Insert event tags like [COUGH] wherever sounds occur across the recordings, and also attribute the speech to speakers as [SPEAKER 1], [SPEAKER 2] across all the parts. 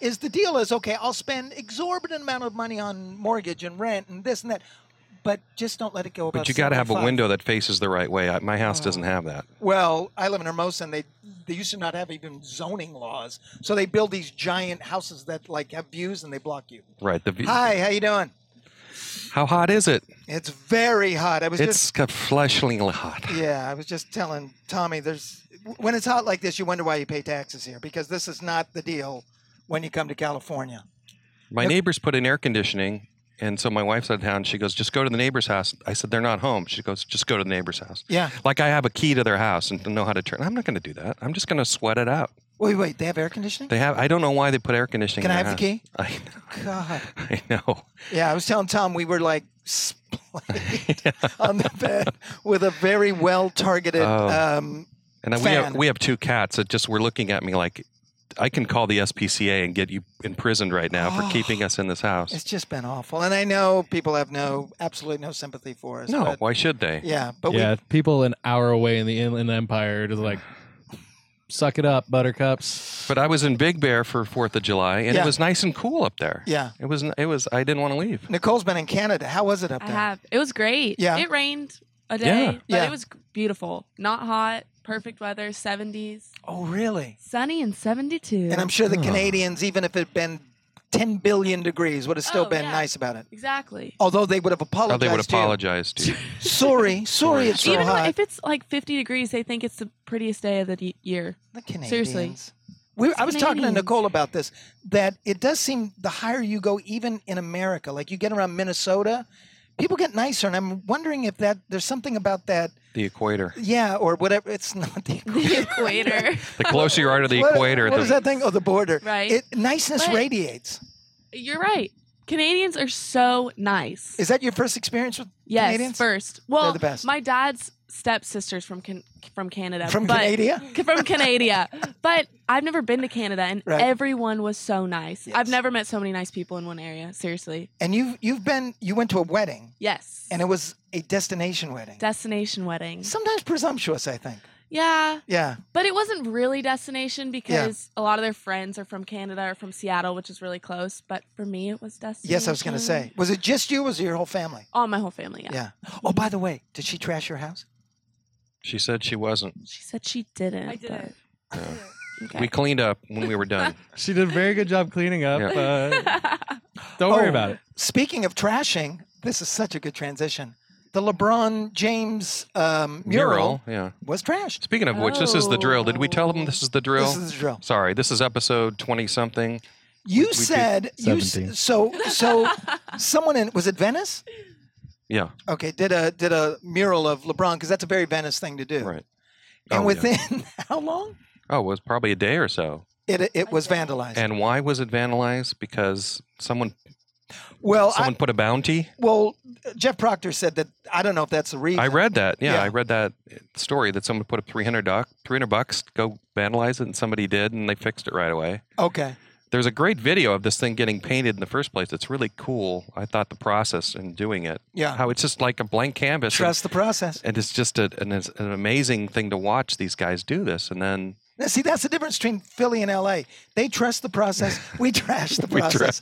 [SPEAKER 1] is the deal is okay, I'll spend exorbitant amount of money on mortgage and rent and this and that, but just don't let it go.
[SPEAKER 2] But you got to have a window that faces the right way. I, my house
[SPEAKER 1] Oh.
[SPEAKER 2] doesn't have that.
[SPEAKER 1] Well, I live in Hermosa, and they they used to not have even zoning laws, so they build these giant houses that like have views and they block you.
[SPEAKER 2] Right. The, view-
[SPEAKER 1] Hi, how you doing?
[SPEAKER 2] How hot is it?
[SPEAKER 1] It's very hot. I was just
[SPEAKER 2] It's fleshly hot.
[SPEAKER 1] Yeah, I was just telling Tommy, there's when it's hot like this, you wonder why you pay taxes here because this is not the deal when you come to California.
[SPEAKER 2] My neighbors put in air conditioning, and so my wife's out of town. She goes, "Just go to the neighbor's house." I said, "They're not home." She goes, "Just go to the neighbor's house."
[SPEAKER 1] Yeah.
[SPEAKER 2] Like I have a key to their house and know how to turn. I'm not going to do that. I'm just going to sweat it out.
[SPEAKER 1] Wait, wait, they have air conditioning?
[SPEAKER 2] They have. I don't know why they put air conditioning.
[SPEAKER 1] Can
[SPEAKER 2] in
[SPEAKER 1] I
[SPEAKER 2] their
[SPEAKER 1] have the
[SPEAKER 2] house.
[SPEAKER 1] God.
[SPEAKER 2] I know. [LAUGHS] I know.
[SPEAKER 1] Yeah, I was telling Tom we were like [LAUGHS]
[SPEAKER 2] [LAUGHS]
[SPEAKER 1] splayed on the bed with a very well targeted.
[SPEAKER 2] Oh.
[SPEAKER 1] Um,
[SPEAKER 2] And then we have
[SPEAKER 1] Fan.
[SPEAKER 2] we have two cats that just were looking at me like, I can call the SPCA and get you imprisoned right now
[SPEAKER 1] Oh,
[SPEAKER 2] for keeping us in this house.
[SPEAKER 1] it's just been awful, and I know people have no, absolutely no sympathy for us.
[SPEAKER 2] No,
[SPEAKER 1] but-
[SPEAKER 2] why should they?
[SPEAKER 1] yeah, but
[SPEAKER 3] yeah, people an hour away in the Inland Empire are just like, suck it up, buttercups.
[SPEAKER 2] But I was in Big Bear for Fourth of July, and
[SPEAKER 1] Yeah.
[SPEAKER 2] it was nice and cool up there.
[SPEAKER 1] Yeah.
[SPEAKER 2] it was. It was. I didn't want to leave.
[SPEAKER 1] we Nicole's been in Canada. How was it up
[SPEAKER 4] I
[SPEAKER 1] there?
[SPEAKER 4] have. It was great.
[SPEAKER 1] Yeah.
[SPEAKER 4] It rained a day,
[SPEAKER 2] Yeah.
[SPEAKER 4] but
[SPEAKER 1] Yeah.
[SPEAKER 4] it was beautiful. Not hot, perfect weather, 70s,
[SPEAKER 1] Oh, really?
[SPEAKER 4] sunny and 72.
[SPEAKER 1] And I'm sure the Canadians, even if it had been 10 billion degrees, would have still
[SPEAKER 4] Oh,
[SPEAKER 1] been
[SPEAKER 4] yeah.
[SPEAKER 1] nice about it.
[SPEAKER 4] exactly.
[SPEAKER 1] Although they would have
[SPEAKER 2] Oh,
[SPEAKER 1] apologized.
[SPEAKER 2] they would
[SPEAKER 1] to you.
[SPEAKER 2] apologize to you.
[SPEAKER 1] Sorry, sorry, it's so
[SPEAKER 4] Even when-
[SPEAKER 1] hot.
[SPEAKER 4] if it's like 50 degrees, they think it's the prettiest day of the de- year.
[SPEAKER 1] the Canadians.
[SPEAKER 4] seriously.
[SPEAKER 1] We, I was talking to
[SPEAKER 4] Canadians.
[SPEAKER 1] Nicole about this. That it does seem the higher you go, even in America, like you get around Minnesota, people get nicer, and I'm wondering if that there's something about that. [LAUGHS]
[SPEAKER 2] The equator.
[SPEAKER 1] Yeah, or whatever. It's not the
[SPEAKER 4] [LAUGHS] [LAUGHS] The equator.
[SPEAKER 2] The closer you are to
[SPEAKER 1] [LAUGHS]
[SPEAKER 2] the
[SPEAKER 1] What-
[SPEAKER 2] equator,
[SPEAKER 1] what
[SPEAKER 2] the,
[SPEAKER 1] is that thing? Oh, the border.
[SPEAKER 4] [LAUGHS] Right.
[SPEAKER 1] It, niceness
[SPEAKER 4] But-
[SPEAKER 1] radiates.
[SPEAKER 4] You're right. Canadians are so nice.
[SPEAKER 1] Is that your first experience with
[SPEAKER 4] yes,
[SPEAKER 1] Canadians?
[SPEAKER 4] first. Well,
[SPEAKER 1] the best.
[SPEAKER 4] my dad's stepsister's from can- from Canada.
[SPEAKER 1] From
[SPEAKER 4] but-
[SPEAKER 1] Canada?
[SPEAKER 4] From Canada. but I've never been to Canada, and
[SPEAKER 1] Right.
[SPEAKER 4] everyone was so nice.
[SPEAKER 1] Yes.
[SPEAKER 4] I've never met so many nice people in one area. Seriously.
[SPEAKER 1] And you've you've been you went to a wedding
[SPEAKER 4] Yes.
[SPEAKER 1] and it was a destination wedding.
[SPEAKER 4] destination wedding.
[SPEAKER 1] Sometimes presumptuous, I think.
[SPEAKER 4] yeah,
[SPEAKER 1] Yeah.
[SPEAKER 4] but it wasn't really destination because a lot of their friends are from Canada or from Seattle, which is really close. But for me, it was destination.
[SPEAKER 1] Yes, I was going to say. Was it just you? Or was it your whole family?
[SPEAKER 4] All my whole family. Yeah.
[SPEAKER 1] Yeah. Oh, by the way, did she trash your house?
[SPEAKER 2] she said she wasn't.
[SPEAKER 4] She said she didn't.
[SPEAKER 5] I did
[SPEAKER 4] but-
[SPEAKER 5] it.
[SPEAKER 4] Okay.
[SPEAKER 2] We cleaned up when we were done.
[SPEAKER 3] She did a very good job cleaning up. Uh, don't worry
[SPEAKER 1] Oh.
[SPEAKER 3] about it.
[SPEAKER 1] Speaking of trashing, this is such a good transition. The LeBron James um, [LAUGHS] mural,
[SPEAKER 2] Mural. Yeah.
[SPEAKER 1] was trashed.
[SPEAKER 2] Speaking of which, this is the drill. Did we tell them
[SPEAKER 4] Oh.
[SPEAKER 2] this is the drill?
[SPEAKER 1] This is the drill.
[SPEAKER 2] Sorry, this is episode twenty something.
[SPEAKER 1] You
[SPEAKER 2] did
[SPEAKER 1] said you s-
[SPEAKER 3] 17.
[SPEAKER 1] so
[SPEAKER 4] [LAUGHS]
[SPEAKER 1] so. someone in was it Venice?
[SPEAKER 2] Yeah.
[SPEAKER 1] Okay, did a did a mural of LeBron because that's a very Venice thing to do.
[SPEAKER 2] Right.
[SPEAKER 1] And
[SPEAKER 2] Oh, yeah.
[SPEAKER 1] within [LAUGHS] how long?
[SPEAKER 2] Oh, it was probably a day or so.
[SPEAKER 1] It it was vandalized.
[SPEAKER 2] And why was it vandalized? Because someone
[SPEAKER 1] well, I,
[SPEAKER 2] someone put a bounty.
[SPEAKER 1] Well, Jeff Proctor said that I don't know if that's the reason.
[SPEAKER 2] I read that. Yeah,
[SPEAKER 1] Yeah.
[SPEAKER 2] I read that eh, story that someone put up 300 doc, 300 bucks, go vandalize it, and somebody did, and they fixed it right away.
[SPEAKER 1] Okay.
[SPEAKER 2] There's a great video of this thing getting painted in the first place. It's really cool. I thought the process in doing it.
[SPEAKER 1] Yeah.
[SPEAKER 2] How it's just like a blank canvas. and-
[SPEAKER 1] Trust the process.
[SPEAKER 2] And, it's just a, an, it's an amazing thing to watch these guys do this. And then
[SPEAKER 1] Now, see, that's the difference between Philly and LA. They trust the process. [LAUGHS] We trash the [LAUGHS] process.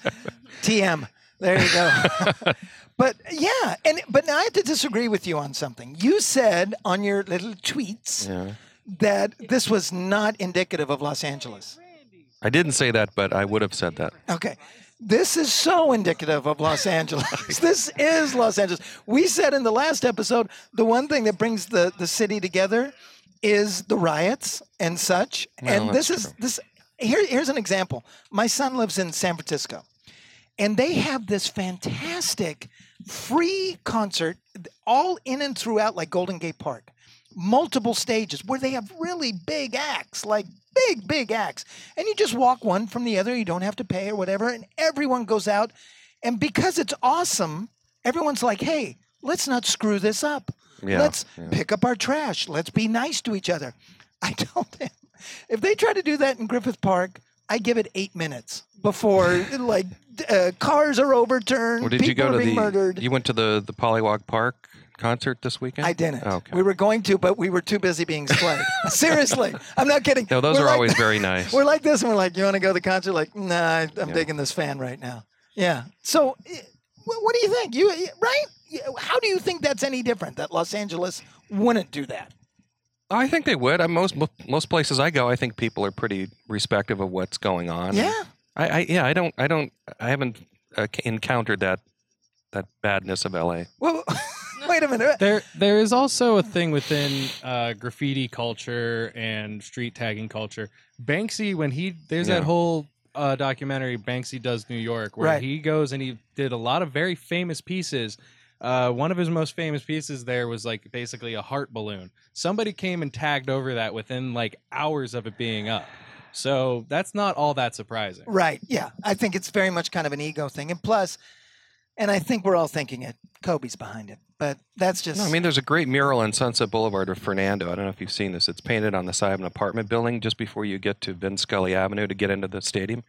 [SPEAKER 1] TM. There you [LAUGHS] go. but yeah, and but now I have to disagree with you on something. You said on your little tweets that this was not indicative of Los Angeles.
[SPEAKER 2] I didn't say that, but I would have said that.
[SPEAKER 1] Okay. This is so indicative of Los Angeles. [LAUGHS] this is Los Angeles. We said in the last episode the one thing that brings the, the city together is the riots and such. and
[SPEAKER 2] Well,
[SPEAKER 1] this
[SPEAKER 2] that's
[SPEAKER 1] is this here, here's an example. My son lives in San Francisco. And they have this fantastic free concert all in and throughout like Golden Gate Park. Multiple stages where they have really big acts, like big, big acts. And you just walk one from the other, you don't have to pay or whatever, and everyone goes out. And because it's awesome, everyone's like, hey, let's not screw this up.
[SPEAKER 2] Yeah,
[SPEAKER 1] let's
[SPEAKER 2] yeah.
[SPEAKER 1] pick up our trash. Let's be nice to each other. [LAUGHS] I told him if they try to do that in Griffith Park, I give it eight minutes before
[SPEAKER 2] [LAUGHS]
[SPEAKER 1] like d- uh, cars are overturned.
[SPEAKER 2] Or did you
[SPEAKER 1] people
[SPEAKER 2] go
[SPEAKER 1] are
[SPEAKER 2] to
[SPEAKER 1] being
[SPEAKER 2] the?
[SPEAKER 1] murdered.
[SPEAKER 2] You went to the the Polywog Park concert this weekend? Oh,
[SPEAKER 1] I didn't.
[SPEAKER 2] Okay.
[SPEAKER 1] We were going to, but we were too busy being
[SPEAKER 2] [LAUGHS]
[SPEAKER 1] splayed. Seriously, I'm not kidding.
[SPEAKER 2] no, those
[SPEAKER 1] We're
[SPEAKER 2] are
[SPEAKER 1] like- [LAUGHS]
[SPEAKER 2] always very nice.
[SPEAKER 1] We're like this, and we're like, "You want to go to the concert?" Like, nah, I- I'm
[SPEAKER 2] Yeah.
[SPEAKER 1] digging this fan right now. Yeah. So, eh, wh- what do you think? You eh, right? Yeah, How do you think that's any different? That Los Angeles wouldn't do that?
[SPEAKER 2] I think they would. I, most most places I go, I think people are pretty respective of what's going on.
[SPEAKER 1] Yeah.
[SPEAKER 2] I, I yeah, I don't, I don't, I haven't uh, c- encountered that that badness of LA.
[SPEAKER 1] Well, [LAUGHS] wait a
[SPEAKER 2] [LAUGHS]
[SPEAKER 1] minute.
[SPEAKER 3] There, there is also a thing within uh, graffiti culture and street tagging culture. Banksy, when he there's
[SPEAKER 2] Yeah.
[SPEAKER 3] that whole uh, documentary Banksy does New York, where
[SPEAKER 1] Right.
[SPEAKER 3] he goes and he did a lot of very famous pieces. Uh, one of his most famous pieces there was like basically a heart balloon. Somebody came and tagged over that within like hours of it being up. So that's not all that surprising.
[SPEAKER 1] Right. Yeah. I think it's very much kind of an ego thing, and plus, and I think we're all thinking it. Kobe's behind it, but that's just.
[SPEAKER 2] No, I mean, there's a great mural on Sunset Boulevard of Fernando. I don't know if you've seen this. It's painted on the side of an apartment building just before you get to Vin Scully Avenue to get into the stadium.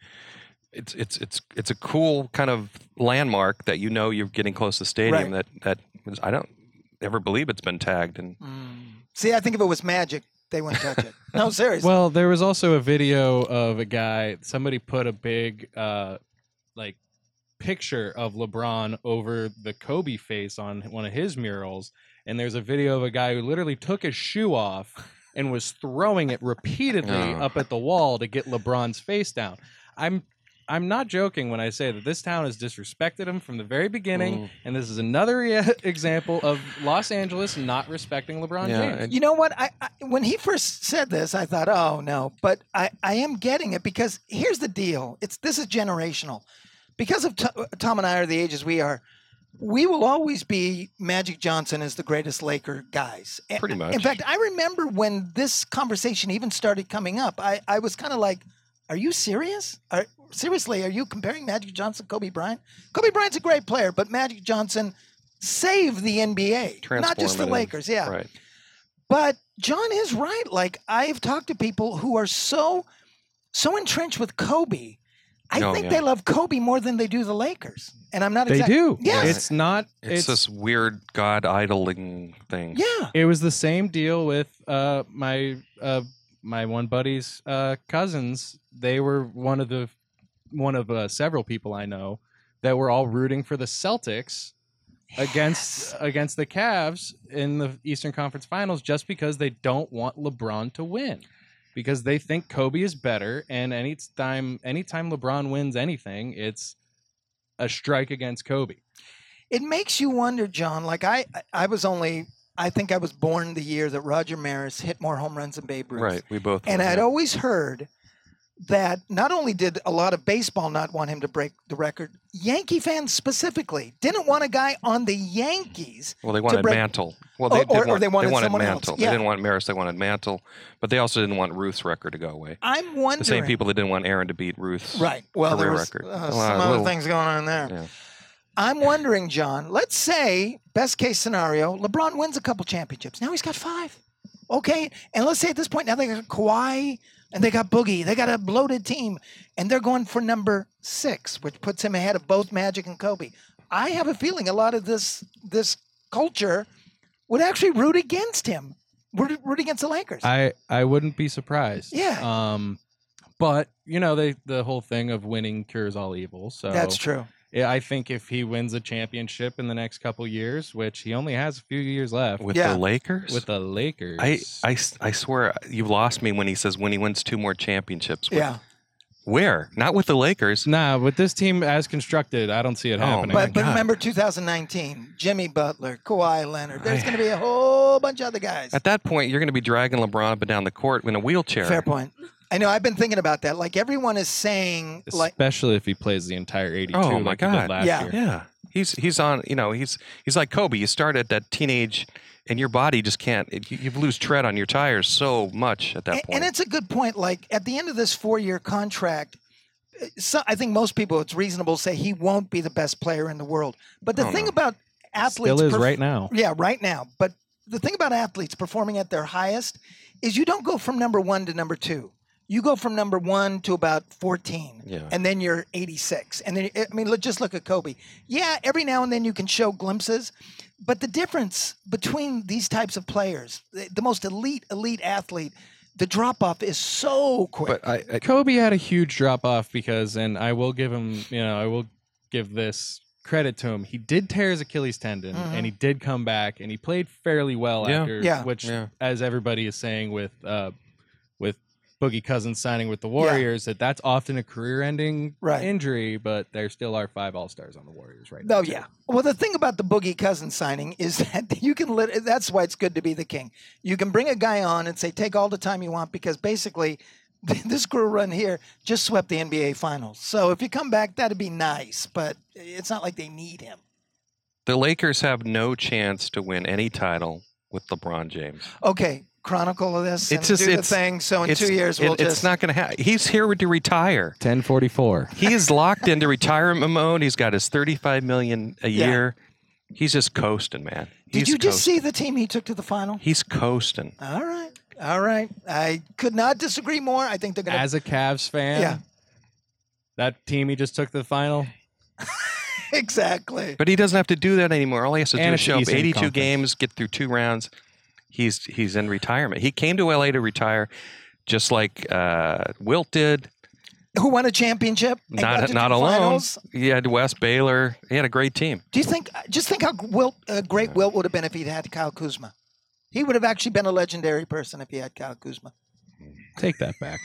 [SPEAKER 2] It's it's it's it's a cool kind of landmark that you know you're getting close to the stadium. That that is, I don't ever believe it's been tagged and
[SPEAKER 1] Mm. See, I think if it was magic, they wouldn't touch it.
[SPEAKER 2] [LAUGHS]
[SPEAKER 1] No, seriously.
[SPEAKER 3] Well, there was also a video of a guy. Somebody put a big, uh, like, picture of LeBron over the Kobe face on one of his murals, and there's a video of a guy who literally took his shoe off and was throwing it repeatedly
[SPEAKER 2] Oh.
[SPEAKER 3] up at the wall to get LeBron's face down. I'm. I'm not joking when I say that this town has disrespected him from the very beginning,
[SPEAKER 2] Mm.
[SPEAKER 3] and this is another e-, [LAUGHS] example of Los Angeles not respecting LeBron
[SPEAKER 2] Yeah,
[SPEAKER 3] James.
[SPEAKER 2] and-
[SPEAKER 1] You know what? I, I when he first said this, I thought, "Oh no," but I, I am getting it because here's the deal: it's this is generational. Because of To- Tom and I are the ages we are, we will always be Magic Johnson as the greatest Laker guys. And-
[SPEAKER 2] Pretty much.
[SPEAKER 1] In fact, I remember when this conversation even started coming up. I, I was kind of like, "Are you serious? Are seriously? Are you comparing Magic Johnson, to Kobe Bryant? Kobe Bryant's a great player, but Magic Johnson." saved the NBA, not just the
[SPEAKER 2] Transformative.
[SPEAKER 1] Lakers. Yeah.
[SPEAKER 2] right.
[SPEAKER 1] But John is right. Like I've talked to people who are so so entrenched with Kobe. I
[SPEAKER 2] Oh,
[SPEAKER 1] think
[SPEAKER 2] yeah.
[SPEAKER 1] they love Kobe more than they do the Lakers. And I'm not
[SPEAKER 3] They
[SPEAKER 1] exactly
[SPEAKER 3] do.
[SPEAKER 1] Yes.
[SPEAKER 3] It's not.
[SPEAKER 2] It's,
[SPEAKER 3] it's
[SPEAKER 2] this weird god idling thing.
[SPEAKER 1] Yeah.
[SPEAKER 3] It was the same deal with uh, my uh, my one buddy's uh, cousins. They were one of the one of uh, several people I know that were all rooting for the Celtics against against the Cavs in the Eastern Conference Finals just because they don't want LeBron to win because they think Kobe is better and anytime anytime LeBron wins anything it's a strike against Kobe.
[SPEAKER 1] It makes you wonder, John. Like I I was only I think I was born the year that Roger Maris hit more home runs than Babe Ruth.
[SPEAKER 2] Right. We both.
[SPEAKER 1] And
[SPEAKER 2] were,
[SPEAKER 1] I'd
[SPEAKER 2] yeah.
[SPEAKER 1] always heard that not only did a lot of baseball not want him to break the record, Yankee fans specifically didn't want a guy on the Yankees
[SPEAKER 2] Well, they wanted
[SPEAKER 1] break-
[SPEAKER 2] Mantle. Well,
[SPEAKER 1] Or-
[SPEAKER 2] they, did
[SPEAKER 1] Oh, or- or
[SPEAKER 2] want-
[SPEAKER 1] they wanted
[SPEAKER 2] they wanted
[SPEAKER 1] someone else.
[SPEAKER 2] Mantle.
[SPEAKER 1] Yeah.
[SPEAKER 2] They didn't want Maris. They wanted Mantle, but they also didn't want Ruth's record to go away.
[SPEAKER 1] I'm wondering.
[SPEAKER 2] The same people that didn't want Aaron to beat Ruth's.
[SPEAKER 1] Right. Well, there
[SPEAKER 2] career
[SPEAKER 1] was
[SPEAKER 2] record.
[SPEAKER 1] uh,
[SPEAKER 2] A
[SPEAKER 1] some
[SPEAKER 2] lot-
[SPEAKER 1] other
[SPEAKER 2] little-
[SPEAKER 1] things going on there.
[SPEAKER 2] Yeah.
[SPEAKER 1] I'm wondering, John. Let's say best case scenario, LeBron wins a couple championships. Now he's got five. Okay, and let's say at this point now they got Kawhi and they got Boogie. They got a bloated team, and they're going for number six, which puts him ahead of both Magic and Kobe. I have a feeling a lot of this this culture would actually root against him, root, root against the Lakers.
[SPEAKER 3] I I wouldn't be surprised.
[SPEAKER 1] Yeah.
[SPEAKER 3] Um, but you know they the whole thing of winning cures all evil. So
[SPEAKER 1] That's true.
[SPEAKER 3] Yeah, I think if he wins a championship in the next couple years, which he only has a few years left with,
[SPEAKER 2] With
[SPEAKER 1] Yeah.
[SPEAKER 2] the Lakers.
[SPEAKER 3] the Lakers,
[SPEAKER 2] I, I, s- I swear you lost me when he says when he wins two more championships. With-
[SPEAKER 1] Yeah.
[SPEAKER 2] Where? Not with the Lakers.
[SPEAKER 3] nah with this team as constructed, I don't see it
[SPEAKER 2] Oh,
[SPEAKER 3] happening.
[SPEAKER 2] my
[SPEAKER 1] But, but
[SPEAKER 2] God.
[SPEAKER 1] remember 2019, Jimmy Butler, Kawhi Leonard. There's going to be a whole bunch of other guys.
[SPEAKER 2] At that point, you're going to be dragging LeBron up and down the court in a wheelchair.
[SPEAKER 1] Fair point. I know. I've been thinking about that. Like everyone is saying, like
[SPEAKER 3] Especially if he plays the entire eighty-two.
[SPEAKER 2] Oh, my
[SPEAKER 3] like he did
[SPEAKER 2] God.
[SPEAKER 3] Last
[SPEAKER 1] Yeah.
[SPEAKER 3] year.
[SPEAKER 2] Yeah. He's he's on. You know he's he's like Kobe. You start at that teenage, and your body just can't. It, you, you lose tread on your tires so much at that
[SPEAKER 1] and,
[SPEAKER 2] point.
[SPEAKER 1] and it's a good point. Like at the end of this four-year contract, uh, so, I think most people it's reasonable to say he won't be the best player in the world. But the
[SPEAKER 2] Oh,
[SPEAKER 1] thing
[SPEAKER 2] no.
[SPEAKER 1] about athletes
[SPEAKER 3] Still is
[SPEAKER 1] perf-
[SPEAKER 3] right now.
[SPEAKER 1] Yeah, right now. But the thing about athletes performing at their highest is you don't go from number one to number two. you go from number one to about 14
[SPEAKER 2] Yeah.
[SPEAKER 1] and then you're 86 and then i mean look, just look at kobe yeah every now and then you can show glimpses but the difference between these types of players the, the most elite elite athlete the drop off is so quick
[SPEAKER 2] But I, I
[SPEAKER 3] Kobe had a huge drop off because, and I will give him, you know, I will give this credit to him. He did tear his Achilles tendon,
[SPEAKER 1] Mhm.
[SPEAKER 3] and he did come back, and he played fairly well
[SPEAKER 2] Mm-hmm. Yeah.
[SPEAKER 3] after,
[SPEAKER 1] Yeah.
[SPEAKER 3] which,
[SPEAKER 2] Yeah.
[SPEAKER 3] as everybody is saying with, uh, with Boogie Cousins signing with the Warriors, that that's often a career-ending
[SPEAKER 1] Right.
[SPEAKER 3] injury, but there still are five All Stars on the Warriors right now.
[SPEAKER 1] Oh
[SPEAKER 3] too.
[SPEAKER 1] yeah. Well, the thing about the Boogie Cousins signing is [LAUGHS] that you can. Lit- that's why it's good to be the king. You can bring a guy on and say, "Take all the time you want," because basically, [LAUGHS] this crew run here just swept the NBA Finals. So if you come back, that'd be nice. But it's not like they need him.
[SPEAKER 2] the Lakers have no chance to win any title with LeBron James.
[SPEAKER 1] Okay, chronicle of this.
[SPEAKER 2] It's
[SPEAKER 1] and
[SPEAKER 2] just-
[SPEAKER 1] do
[SPEAKER 2] it's-
[SPEAKER 1] the thing. So Oh, in
[SPEAKER 2] It's-
[SPEAKER 1] two years, we'll
[SPEAKER 2] it-
[SPEAKER 1] just.
[SPEAKER 2] it's not going to happen. He's here to retire.
[SPEAKER 3] 1044.
[SPEAKER 2] He is locked into retirement mode. He's got his 35 million a
[SPEAKER 1] Yeah.
[SPEAKER 2] year. He's just coasting, man.
[SPEAKER 1] did
[SPEAKER 2] He's
[SPEAKER 1] you just
[SPEAKER 2] coasting.
[SPEAKER 1] see the team he took to the final?
[SPEAKER 2] He's coasting.
[SPEAKER 1] All right, all right. I could not disagree more. I think they're gonna.
[SPEAKER 3] As a Cavs fan,
[SPEAKER 1] Yeah.
[SPEAKER 3] that team he just took to the final,
[SPEAKER 1] [LAUGHS] exactly.
[SPEAKER 2] But he doesn't have to do that anymore. All he has to
[SPEAKER 3] And
[SPEAKER 2] do is
[SPEAKER 3] it's
[SPEAKER 2] show up
[SPEAKER 3] Eastern
[SPEAKER 2] 82
[SPEAKER 3] Conference.
[SPEAKER 2] games, get through two rounds. He's he's in retirement. He came to LA to retire, just like uh, Wilt did.
[SPEAKER 1] Who won a championship? and got
[SPEAKER 2] Not
[SPEAKER 1] to
[SPEAKER 2] not
[SPEAKER 1] the
[SPEAKER 2] alone.
[SPEAKER 1] finals?
[SPEAKER 2] He had Wes Baylor. He had a great team.
[SPEAKER 1] Do you think? Just think how Wilt, uh, great Wilt would have been if he'd had Kyle Kuzma. He would have actually been a legendary person if he had Kyle Kuzma.
[SPEAKER 3] take that
[SPEAKER 2] [LAUGHS]
[SPEAKER 3] back.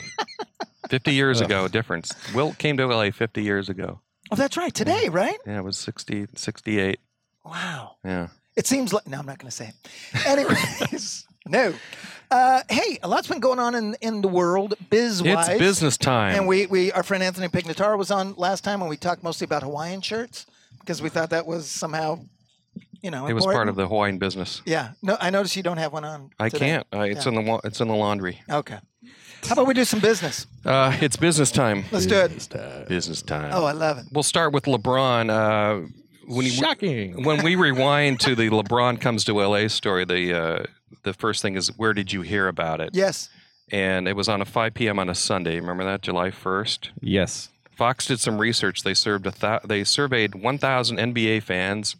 [SPEAKER 1] [LAUGHS]
[SPEAKER 2] 50 years
[SPEAKER 3] Ugh.
[SPEAKER 2] ago, difference. Wilt came to LA 50 years ago.
[SPEAKER 1] Oh, that's right. Today, right?
[SPEAKER 2] Yeah, it was 60, 68.
[SPEAKER 1] Wow.
[SPEAKER 2] Yeah.
[SPEAKER 1] It seems like. No, I'm not going to say it. Anyways, [LAUGHS] no. Uh, hey, a lot's been going on in in the world biz wise.
[SPEAKER 2] It's business time.
[SPEAKER 1] And we, we our friend Anthony Pignataro was on last time, and we talked mostly about Hawaiian shirts because we thought that was somehow, you know,
[SPEAKER 2] it was
[SPEAKER 1] important.
[SPEAKER 2] part of the Hawaiian business.
[SPEAKER 1] Yeah. No, I noticed you don't have one on.
[SPEAKER 2] I
[SPEAKER 1] today.
[SPEAKER 2] can't. Uh, it's
[SPEAKER 1] Yeah.
[SPEAKER 2] in the wa- it's in the laundry.
[SPEAKER 1] Okay. How about we do some business?
[SPEAKER 2] Uh, it's business time.
[SPEAKER 1] [LAUGHS] Let's do it.
[SPEAKER 3] uh,
[SPEAKER 2] Business time.
[SPEAKER 1] Oh, I love it.
[SPEAKER 2] We'll start with LeBron. Uh, when he,
[SPEAKER 3] Shocking.
[SPEAKER 2] when we rewind to the LeBron comes to LA story, the uh, the first thing is where did you hear about it?
[SPEAKER 1] Yes.
[SPEAKER 2] And it was on a 5 p.m. on a Sunday. Remember that, July 1st.
[SPEAKER 3] Yes.
[SPEAKER 2] Fox did some research. They served a thou they surveyed 1,000 NBA fans.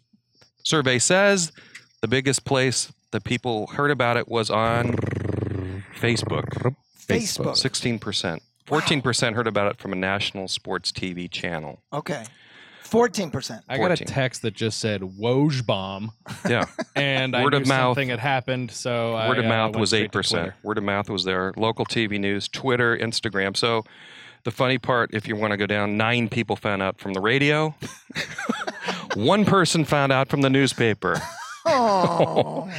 [SPEAKER 2] Survey says the biggest place the people heard about it was on Facebook.
[SPEAKER 1] Facebook.
[SPEAKER 2] 16%. 14% heard about it from a national sports TV channel.
[SPEAKER 1] Okay.
[SPEAKER 2] [LAUGHS]
[SPEAKER 1] 14%.
[SPEAKER 3] I got a
[SPEAKER 2] 14.
[SPEAKER 3] text that just said Woj bomb,
[SPEAKER 2] Yeah.
[SPEAKER 3] and I
[SPEAKER 2] Word
[SPEAKER 3] knew
[SPEAKER 2] of mouth.
[SPEAKER 3] something had happened. So I,
[SPEAKER 2] Word of
[SPEAKER 3] uh,
[SPEAKER 2] mouth
[SPEAKER 3] went
[SPEAKER 2] was
[SPEAKER 3] straight to
[SPEAKER 2] eight percent.
[SPEAKER 3] Twitter.
[SPEAKER 2] Word of mouth was there. Local TV news, Twitter, Instagram. So the funny part, if you want to go down, nine people found out from the radio. [LAUGHS] One person found out from the newspaper.
[SPEAKER 1] Oh.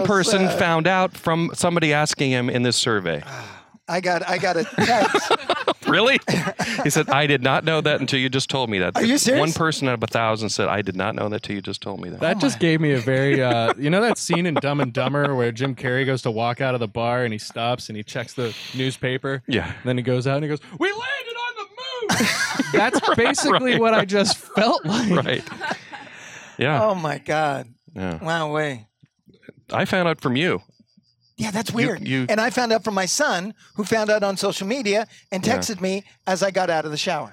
[SPEAKER 1] [LAUGHS] so
[SPEAKER 2] person
[SPEAKER 1] sad.
[SPEAKER 2] found out from somebody asking him in
[SPEAKER 1] [LAUGHS]
[SPEAKER 2] this survey.
[SPEAKER 1] I got I got a
[SPEAKER 2] [LAUGHS]
[SPEAKER 1] text.
[SPEAKER 2] really? He said, I did not know that until you just told me that.
[SPEAKER 1] Are you
[SPEAKER 2] One
[SPEAKER 1] serious?
[SPEAKER 2] person out of a thousand said, I did not know that until you just told me that.
[SPEAKER 3] That just gave me a very, [LAUGHS] uh, you know, that scene in Dumb and Dumber where Jim Carrey goes to walk out of the bar and he stops and he checks the newspaper.
[SPEAKER 2] yeah. [LAUGHS]
[SPEAKER 3] And then he goes out and he goes, "We landed on the moon." [LAUGHS] That's basically what I just felt like.
[SPEAKER 2] Right.
[SPEAKER 1] [LAUGHS]
[SPEAKER 2] Yeah.
[SPEAKER 1] Oh my god.
[SPEAKER 2] yeah.
[SPEAKER 1] Wow, way.
[SPEAKER 2] I found out from you.
[SPEAKER 1] Yeah, that's weird.
[SPEAKER 2] you-
[SPEAKER 1] and I found out from my son who found out on social media and texted me as I got out of the shower.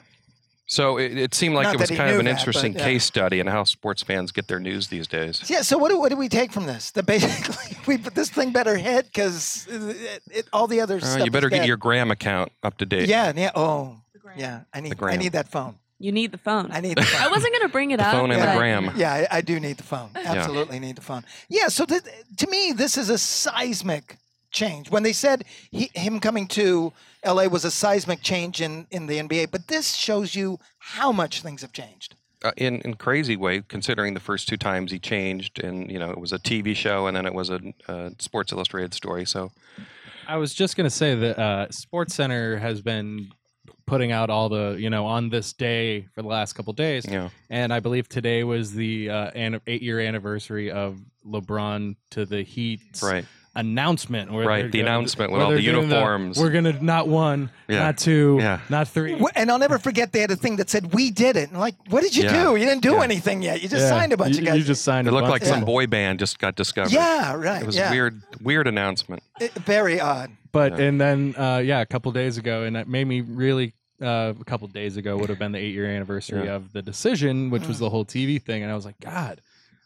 [SPEAKER 2] So it, it seemed like
[SPEAKER 1] Not
[SPEAKER 2] it was
[SPEAKER 1] that he
[SPEAKER 2] kind of
[SPEAKER 1] knew
[SPEAKER 2] an
[SPEAKER 1] that, but,
[SPEAKER 2] interesting
[SPEAKER 1] yeah.
[SPEAKER 2] case study in how sports fans get their news these days.
[SPEAKER 1] Yeah, so what do, what do we take from this? That basically [LAUGHS] we but this thing better hit cuz it, it, all the other
[SPEAKER 2] Uh,
[SPEAKER 1] stuff
[SPEAKER 2] you better
[SPEAKER 1] is
[SPEAKER 2] get
[SPEAKER 1] dead.
[SPEAKER 2] your Gram account up to date.
[SPEAKER 1] Yeah, yeah. Oh.
[SPEAKER 4] gram.
[SPEAKER 1] Yeah, I need I
[SPEAKER 2] gram.
[SPEAKER 1] need that phone.
[SPEAKER 4] You need the phone.
[SPEAKER 1] I
[SPEAKER 2] [LAUGHS]
[SPEAKER 4] I,
[SPEAKER 1] need the phone.
[SPEAKER 4] wasn't gonna bring it
[SPEAKER 2] The
[SPEAKER 4] up.
[SPEAKER 2] phone and
[SPEAKER 4] but
[SPEAKER 2] the Gram.
[SPEAKER 1] Yeah, I, I do need the
[SPEAKER 4] [LAUGHS]
[SPEAKER 1] phone. Absolutely need the phone. Yeah. So th- to me, this is a seismic change. When they said he, him coming to LA was a seismic change in in the NBA, but this shows you how much things have changed.
[SPEAKER 2] Uh, in in crazy way, considering the first two times he changed, and you know it was a TV show, and then it was a uh, Sports Illustrated story. So
[SPEAKER 3] I was just gonna say that uh, Sports Center has been putting out all the, you know, on this day for the last couple days.
[SPEAKER 2] you know,
[SPEAKER 3] and I believe today was the uh, an- eight year anniversary of LeBron to the Heat's
[SPEAKER 2] right,
[SPEAKER 3] announcement. Where
[SPEAKER 2] Right,
[SPEAKER 3] they're
[SPEAKER 2] the
[SPEAKER 3] gonna-
[SPEAKER 2] announcement with
[SPEAKER 3] where
[SPEAKER 2] all the
[SPEAKER 3] they're doing
[SPEAKER 2] uniforms.
[SPEAKER 3] we're gonna not one,
[SPEAKER 2] Yeah.
[SPEAKER 3] not two,
[SPEAKER 2] Yeah.
[SPEAKER 3] not three.
[SPEAKER 1] Wh- And I'll never forget they had a thing that said "We did it." And like, what did you
[SPEAKER 2] Yeah.
[SPEAKER 1] do? You didn't do
[SPEAKER 2] Yeah.
[SPEAKER 1] anything yet. You just
[SPEAKER 3] Yeah.
[SPEAKER 1] signed a bunch
[SPEAKER 3] you,
[SPEAKER 1] of guys.
[SPEAKER 3] You just signed.
[SPEAKER 2] it
[SPEAKER 3] a
[SPEAKER 2] looked
[SPEAKER 3] bunch
[SPEAKER 2] like
[SPEAKER 3] of
[SPEAKER 2] some
[SPEAKER 3] people.
[SPEAKER 2] boy band just got discovered.
[SPEAKER 1] yeah, right.
[SPEAKER 2] it was
[SPEAKER 1] yeah.
[SPEAKER 2] weird, weird announcement.
[SPEAKER 1] It- very odd.
[SPEAKER 3] But
[SPEAKER 2] Yeah.
[SPEAKER 3] and then uh, yeah, a couple days ago, and that made me really. Uh, a couple days ago would have been the eight year anniversary of the decision, which was the whole TV thing, and I was like, God,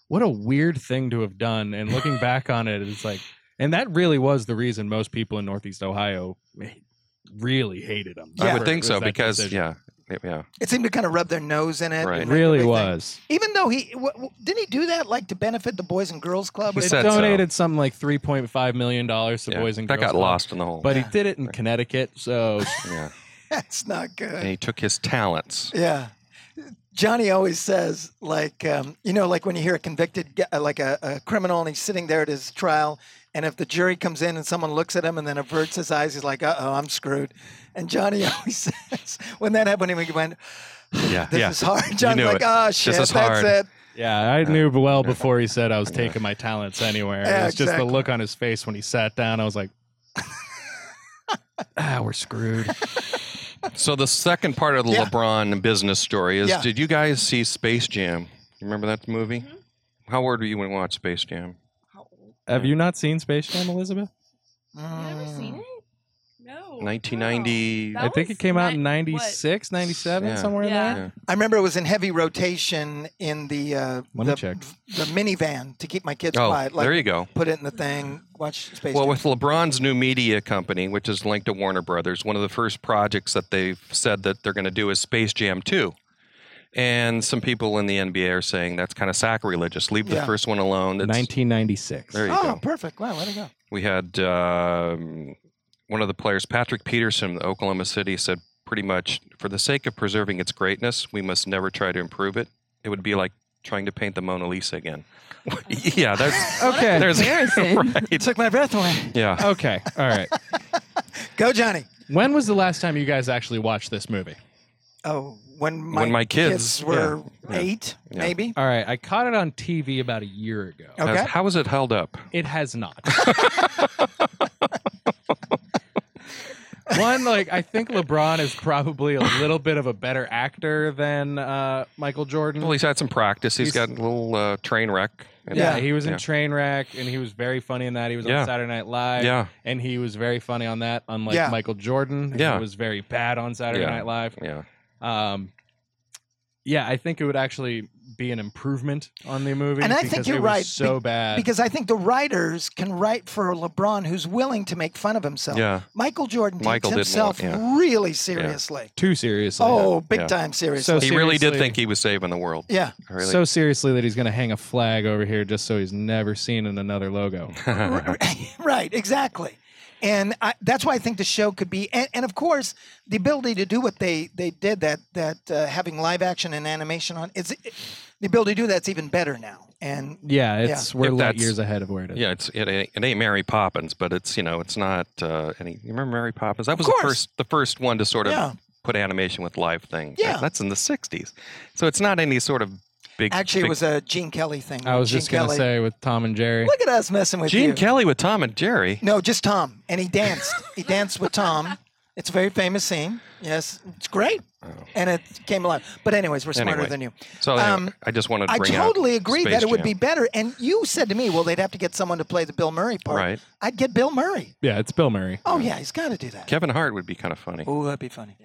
[SPEAKER 3] what a weird thing to have done. And looking back on it, it's like, and that really was the reason most people in Northeast Ohio really hated him.
[SPEAKER 1] Yeah.
[SPEAKER 2] I would think
[SPEAKER 3] Was
[SPEAKER 2] so
[SPEAKER 3] that
[SPEAKER 2] because
[SPEAKER 3] decision.
[SPEAKER 2] yeah, it- yeah.
[SPEAKER 1] It seemed to kind of rub their nose in it.
[SPEAKER 2] Right.
[SPEAKER 3] it
[SPEAKER 1] and
[SPEAKER 3] really
[SPEAKER 1] everything.
[SPEAKER 3] was.
[SPEAKER 1] Even though he w- w- didn't he do that like to benefit the Boys and Girls Club.
[SPEAKER 2] He
[SPEAKER 1] or
[SPEAKER 3] It
[SPEAKER 2] said so.
[SPEAKER 3] donated something like three point five million dollars to
[SPEAKER 2] yeah.
[SPEAKER 3] Boys and
[SPEAKER 2] that
[SPEAKER 3] Girls.
[SPEAKER 2] got
[SPEAKER 3] Club,
[SPEAKER 2] lost in the whole.
[SPEAKER 3] but
[SPEAKER 1] Yeah.
[SPEAKER 3] he did it in Connecticut, so
[SPEAKER 2] yeah,
[SPEAKER 1] [LAUGHS] That's not
[SPEAKER 2] and
[SPEAKER 1] good.
[SPEAKER 2] he took
[SPEAKER 1] [LAUGHS]
[SPEAKER 2] his talents.
[SPEAKER 1] Yeah. Johnny always says, like, um, you know, like when you hear a convicted, ge- uh, like a, a criminal, and he's sitting there at his trial, and if the jury comes in and someone looks at him and then averts his eyes, he's like, uh oh, I'm screwed. And Johnny [LAUGHS] always says, when that happened, he went,
[SPEAKER 2] Yeah,
[SPEAKER 1] this
[SPEAKER 2] yeah.
[SPEAKER 1] is hard. John's
[SPEAKER 2] knew
[SPEAKER 1] like,
[SPEAKER 2] it.
[SPEAKER 1] oh, shit,
[SPEAKER 2] is
[SPEAKER 1] that's
[SPEAKER 2] hard.
[SPEAKER 1] it.
[SPEAKER 3] yeah, I knew well before he said I was taking my talents anywhere.
[SPEAKER 1] Yeah,
[SPEAKER 3] it was just
[SPEAKER 1] exactly.
[SPEAKER 3] the look on his face when he sat down. I was like, ah, we're screwed.
[SPEAKER 2] So the second part of the
[SPEAKER 1] Yeah.
[SPEAKER 2] LeBron business story is:
[SPEAKER 1] Yeah.
[SPEAKER 2] Did you guys see Space Jam? Remember that movie?
[SPEAKER 4] Mm-hmm.
[SPEAKER 2] How old were you when you watched Space Jam?
[SPEAKER 4] How old?
[SPEAKER 3] [LAUGHS] Have you not seen Space Jam, Elizabeth?
[SPEAKER 4] You never
[SPEAKER 1] Mm.
[SPEAKER 4] seen it? Oh, No. wow.
[SPEAKER 2] 1990.
[SPEAKER 4] That
[SPEAKER 3] I think
[SPEAKER 4] was
[SPEAKER 3] it came out
[SPEAKER 4] ni-
[SPEAKER 3] in
[SPEAKER 4] what?
[SPEAKER 3] 96, 97,
[SPEAKER 2] Yeah.
[SPEAKER 3] somewhere in
[SPEAKER 4] Yeah.
[SPEAKER 3] there.
[SPEAKER 1] I remember it was in heavy rotation in the uh,
[SPEAKER 3] Let me
[SPEAKER 1] the,
[SPEAKER 3] check.
[SPEAKER 1] the minivan to keep my kids
[SPEAKER 2] Oh,
[SPEAKER 1] quiet. Like,
[SPEAKER 2] there you go.
[SPEAKER 1] put it in the thing, watch Space
[SPEAKER 2] Well,
[SPEAKER 1] Jam.
[SPEAKER 2] with LeBron's new media company, which is linked to Warner Brothers, one of the first projects that they've said that they're going to do is Space Jam 2. And some people in the NBA are saying that's kind of sacrilegious. Leave the
[SPEAKER 1] Yeah.
[SPEAKER 2] first one alone. It's-
[SPEAKER 3] 1996.
[SPEAKER 2] There you
[SPEAKER 1] oh,
[SPEAKER 2] go.
[SPEAKER 1] perfect! Wow, let it go.
[SPEAKER 2] We had um, one of the players, Patrick Peterson of Oklahoma City, said pretty much, for the sake of preserving its greatness, we must never try to improve it. It would be like trying to paint the Mona Lisa again. [LAUGHS] yeah, that's
[SPEAKER 3] Okay.
[SPEAKER 2] there's [LAUGHS]
[SPEAKER 4] Comparison.
[SPEAKER 1] It
[SPEAKER 2] right.
[SPEAKER 1] took my breath away.
[SPEAKER 2] Yeah.
[SPEAKER 3] okay. All right.
[SPEAKER 1] Go, Johnny.
[SPEAKER 3] When was the last time you guys actually watched this movie?
[SPEAKER 1] Oh, when my,
[SPEAKER 2] When my
[SPEAKER 1] kids,
[SPEAKER 2] kids-
[SPEAKER 1] were
[SPEAKER 2] yeah, yeah,
[SPEAKER 1] eight,
[SPEAKER 2] yeah. Uh,
[SPEAKER 1] maybe.
[SPEAKER 3] All right. I caught it on TV about a year ago.
[SPEAKER 1] Okay.
[SPEAKER 2] How's- How is it held up?
[SPEAKER 3] It has not. [LAUGHS] One, like I think LeBron is probably a little bit of a better actor than uh, Michael Jordan.
[SPEAKER 2] Well, he's had some practice. he's
[SPEAKER 3] He's-
[SPEAKER 2] got a little uh, train wreck. And-
[SPEAKER 3] yeah,
[SPEAKER 1] Yeah.
[SPEAKER 3] he was in
[SPEAKER 2] Yeah.
[SPEAKER 3] Trainwreck, and he was very funny in that. He was
[SPEAKER 2] Yeah.
[SPEAKER 3] on Saturday Night Live,
[SPEAKER 2] Yeah.
[SPEAKER 3] and he was very funny on that. Unlike
[SPEAKER 1] Yeah.
[SPEAKER 3] Michael Jordan,
[SPEAKER 2] Yeah.
[SPEAKER 3] who was very bad on Saturday
[SPEAKER 2] Yeah.
[SPEAKER 3] Night Live.
[SPEAKER 2] Yeah.
[SPEAKER 3] Um, yeah, I think it would actually be an improvement on the movie.
[SPEAKER 1] And I
[SPEAKER 3] because
[SPEAKER 1] think you're
[SPEAKER 3] it was
[SPEAKER 1] right,
[SPEAKER 3] So bad.
[SPEAKER 1] Because I think the writers can write for LeBron, who's willing to make fun of himself.
[SPEAKER 2] Yeah.
[SPEAKER 1] Michael Jordan
[SPEAKER 2] Michael
[SPEAKER 1] takes
[SPEAKER 2] didn't
[SPEAKER 1] himself
[SPEAKER 2] want-
[SPEAKER 1] really seriously.
[SPEAKER 3] too seriously.
[SPEAKER 1] Oh, big
[SPEAKER 2] Yeah.
[SPEAKER 1] time seriously.
[SPEAKER 3] So-
[SPEAKER 2] he really did
[SPEAKER 3] seriously-
[SPEAKER 2] think he was saving the world. [LAUGHS]
[SPEAKER 1] yeah,
[SPEAKER 2] Really.
[SPEAKER 3] so [LAUGHS] seriously that he's going to hang a flag over here just so he's never seen in another logo.
[SPEAKER 2] Uh-huh.
[SPEAKER 1] [LAUGHS] right, exactly. And I, that's why I think the show could be, and, and of course, the ability to do what they they did that that uh, having live action and animation on it's it, the ability to do that's even better now. And
[SPEAKER 3] Yeah, it's
[SPEAKER 2] If
[SPEAKER 3] we're light
[SPEAKER 2] that's-
[SPEAKER 3] years ahead of where it is.
[SPEAKER 2] yeah, it's it, ain't- it ain't Mary Poppins, but it's you know it's not uh, any. You remember Mary Poppins? That was the
[SPEAKER 1] course.
[SPEAKER 2] first the first one to sort of
[SPEAKER 1] Yeah.
[SPEAKER 2] put animation with live thing.
[SPEAKER 1] Yeah.
[SPEAKER 2] that's in the '60s, so it's not any sort of big.
[SPEAKER 1] actually, it
[SPEAKER 2] big-
[SPEAKER 1] was a Gene Kelly thing.
[SPEAKER 3] I was
[SPEAKER 1] Gene
[SPEAKER 3] just going to
[SPEAKER 1] Kelly-
[SPEAKER 3] say with Tom and Jerry.
[SPEAKER 1] look at us messing with
[SPEAKER 2] Gene
[SPEAKER 1] you.
[SPEAKER 2] Kelly with Tom and Jerry.
[SPEAKER 1] No, just Tom, and he danced. he danced with Tom. It's a very famous scene. Yes, it's great, and it came alive. But anyways, we're smarter
[SPEAKER 2] Oh. Anyway.
[SPEAKER 1] than you.
[SPEAKER 2] So anyway,
[SPEAKER 1] Um,
[SPEAKER 2] I just wanted to
[SPEAKER 1] I
[SPEAKER 2] bring
[SPEAKER 1] totally
[SPEAKER 2] out
[SPEAKER 1] agree
[SPEAKER 2] Space
[SPEAKER 1] that it would
[SPEAKER 2] Jam.
[SPEAKER 1] be better. And you said to me, well, they'd have to get someone to play the Bill Murray part.
[SPEAKER 2] Right.
[SPEAKER 1] I'd get Bill Murray.
[SPEAKER 3] Yeah, it's Bill Murray.
[SPEAKER 1] Oh yeah, he's got to do that.
[SPEAKER 2] Kevin Hart would be kind of funny.
[SPEAKER 1] oh, that'd be funny.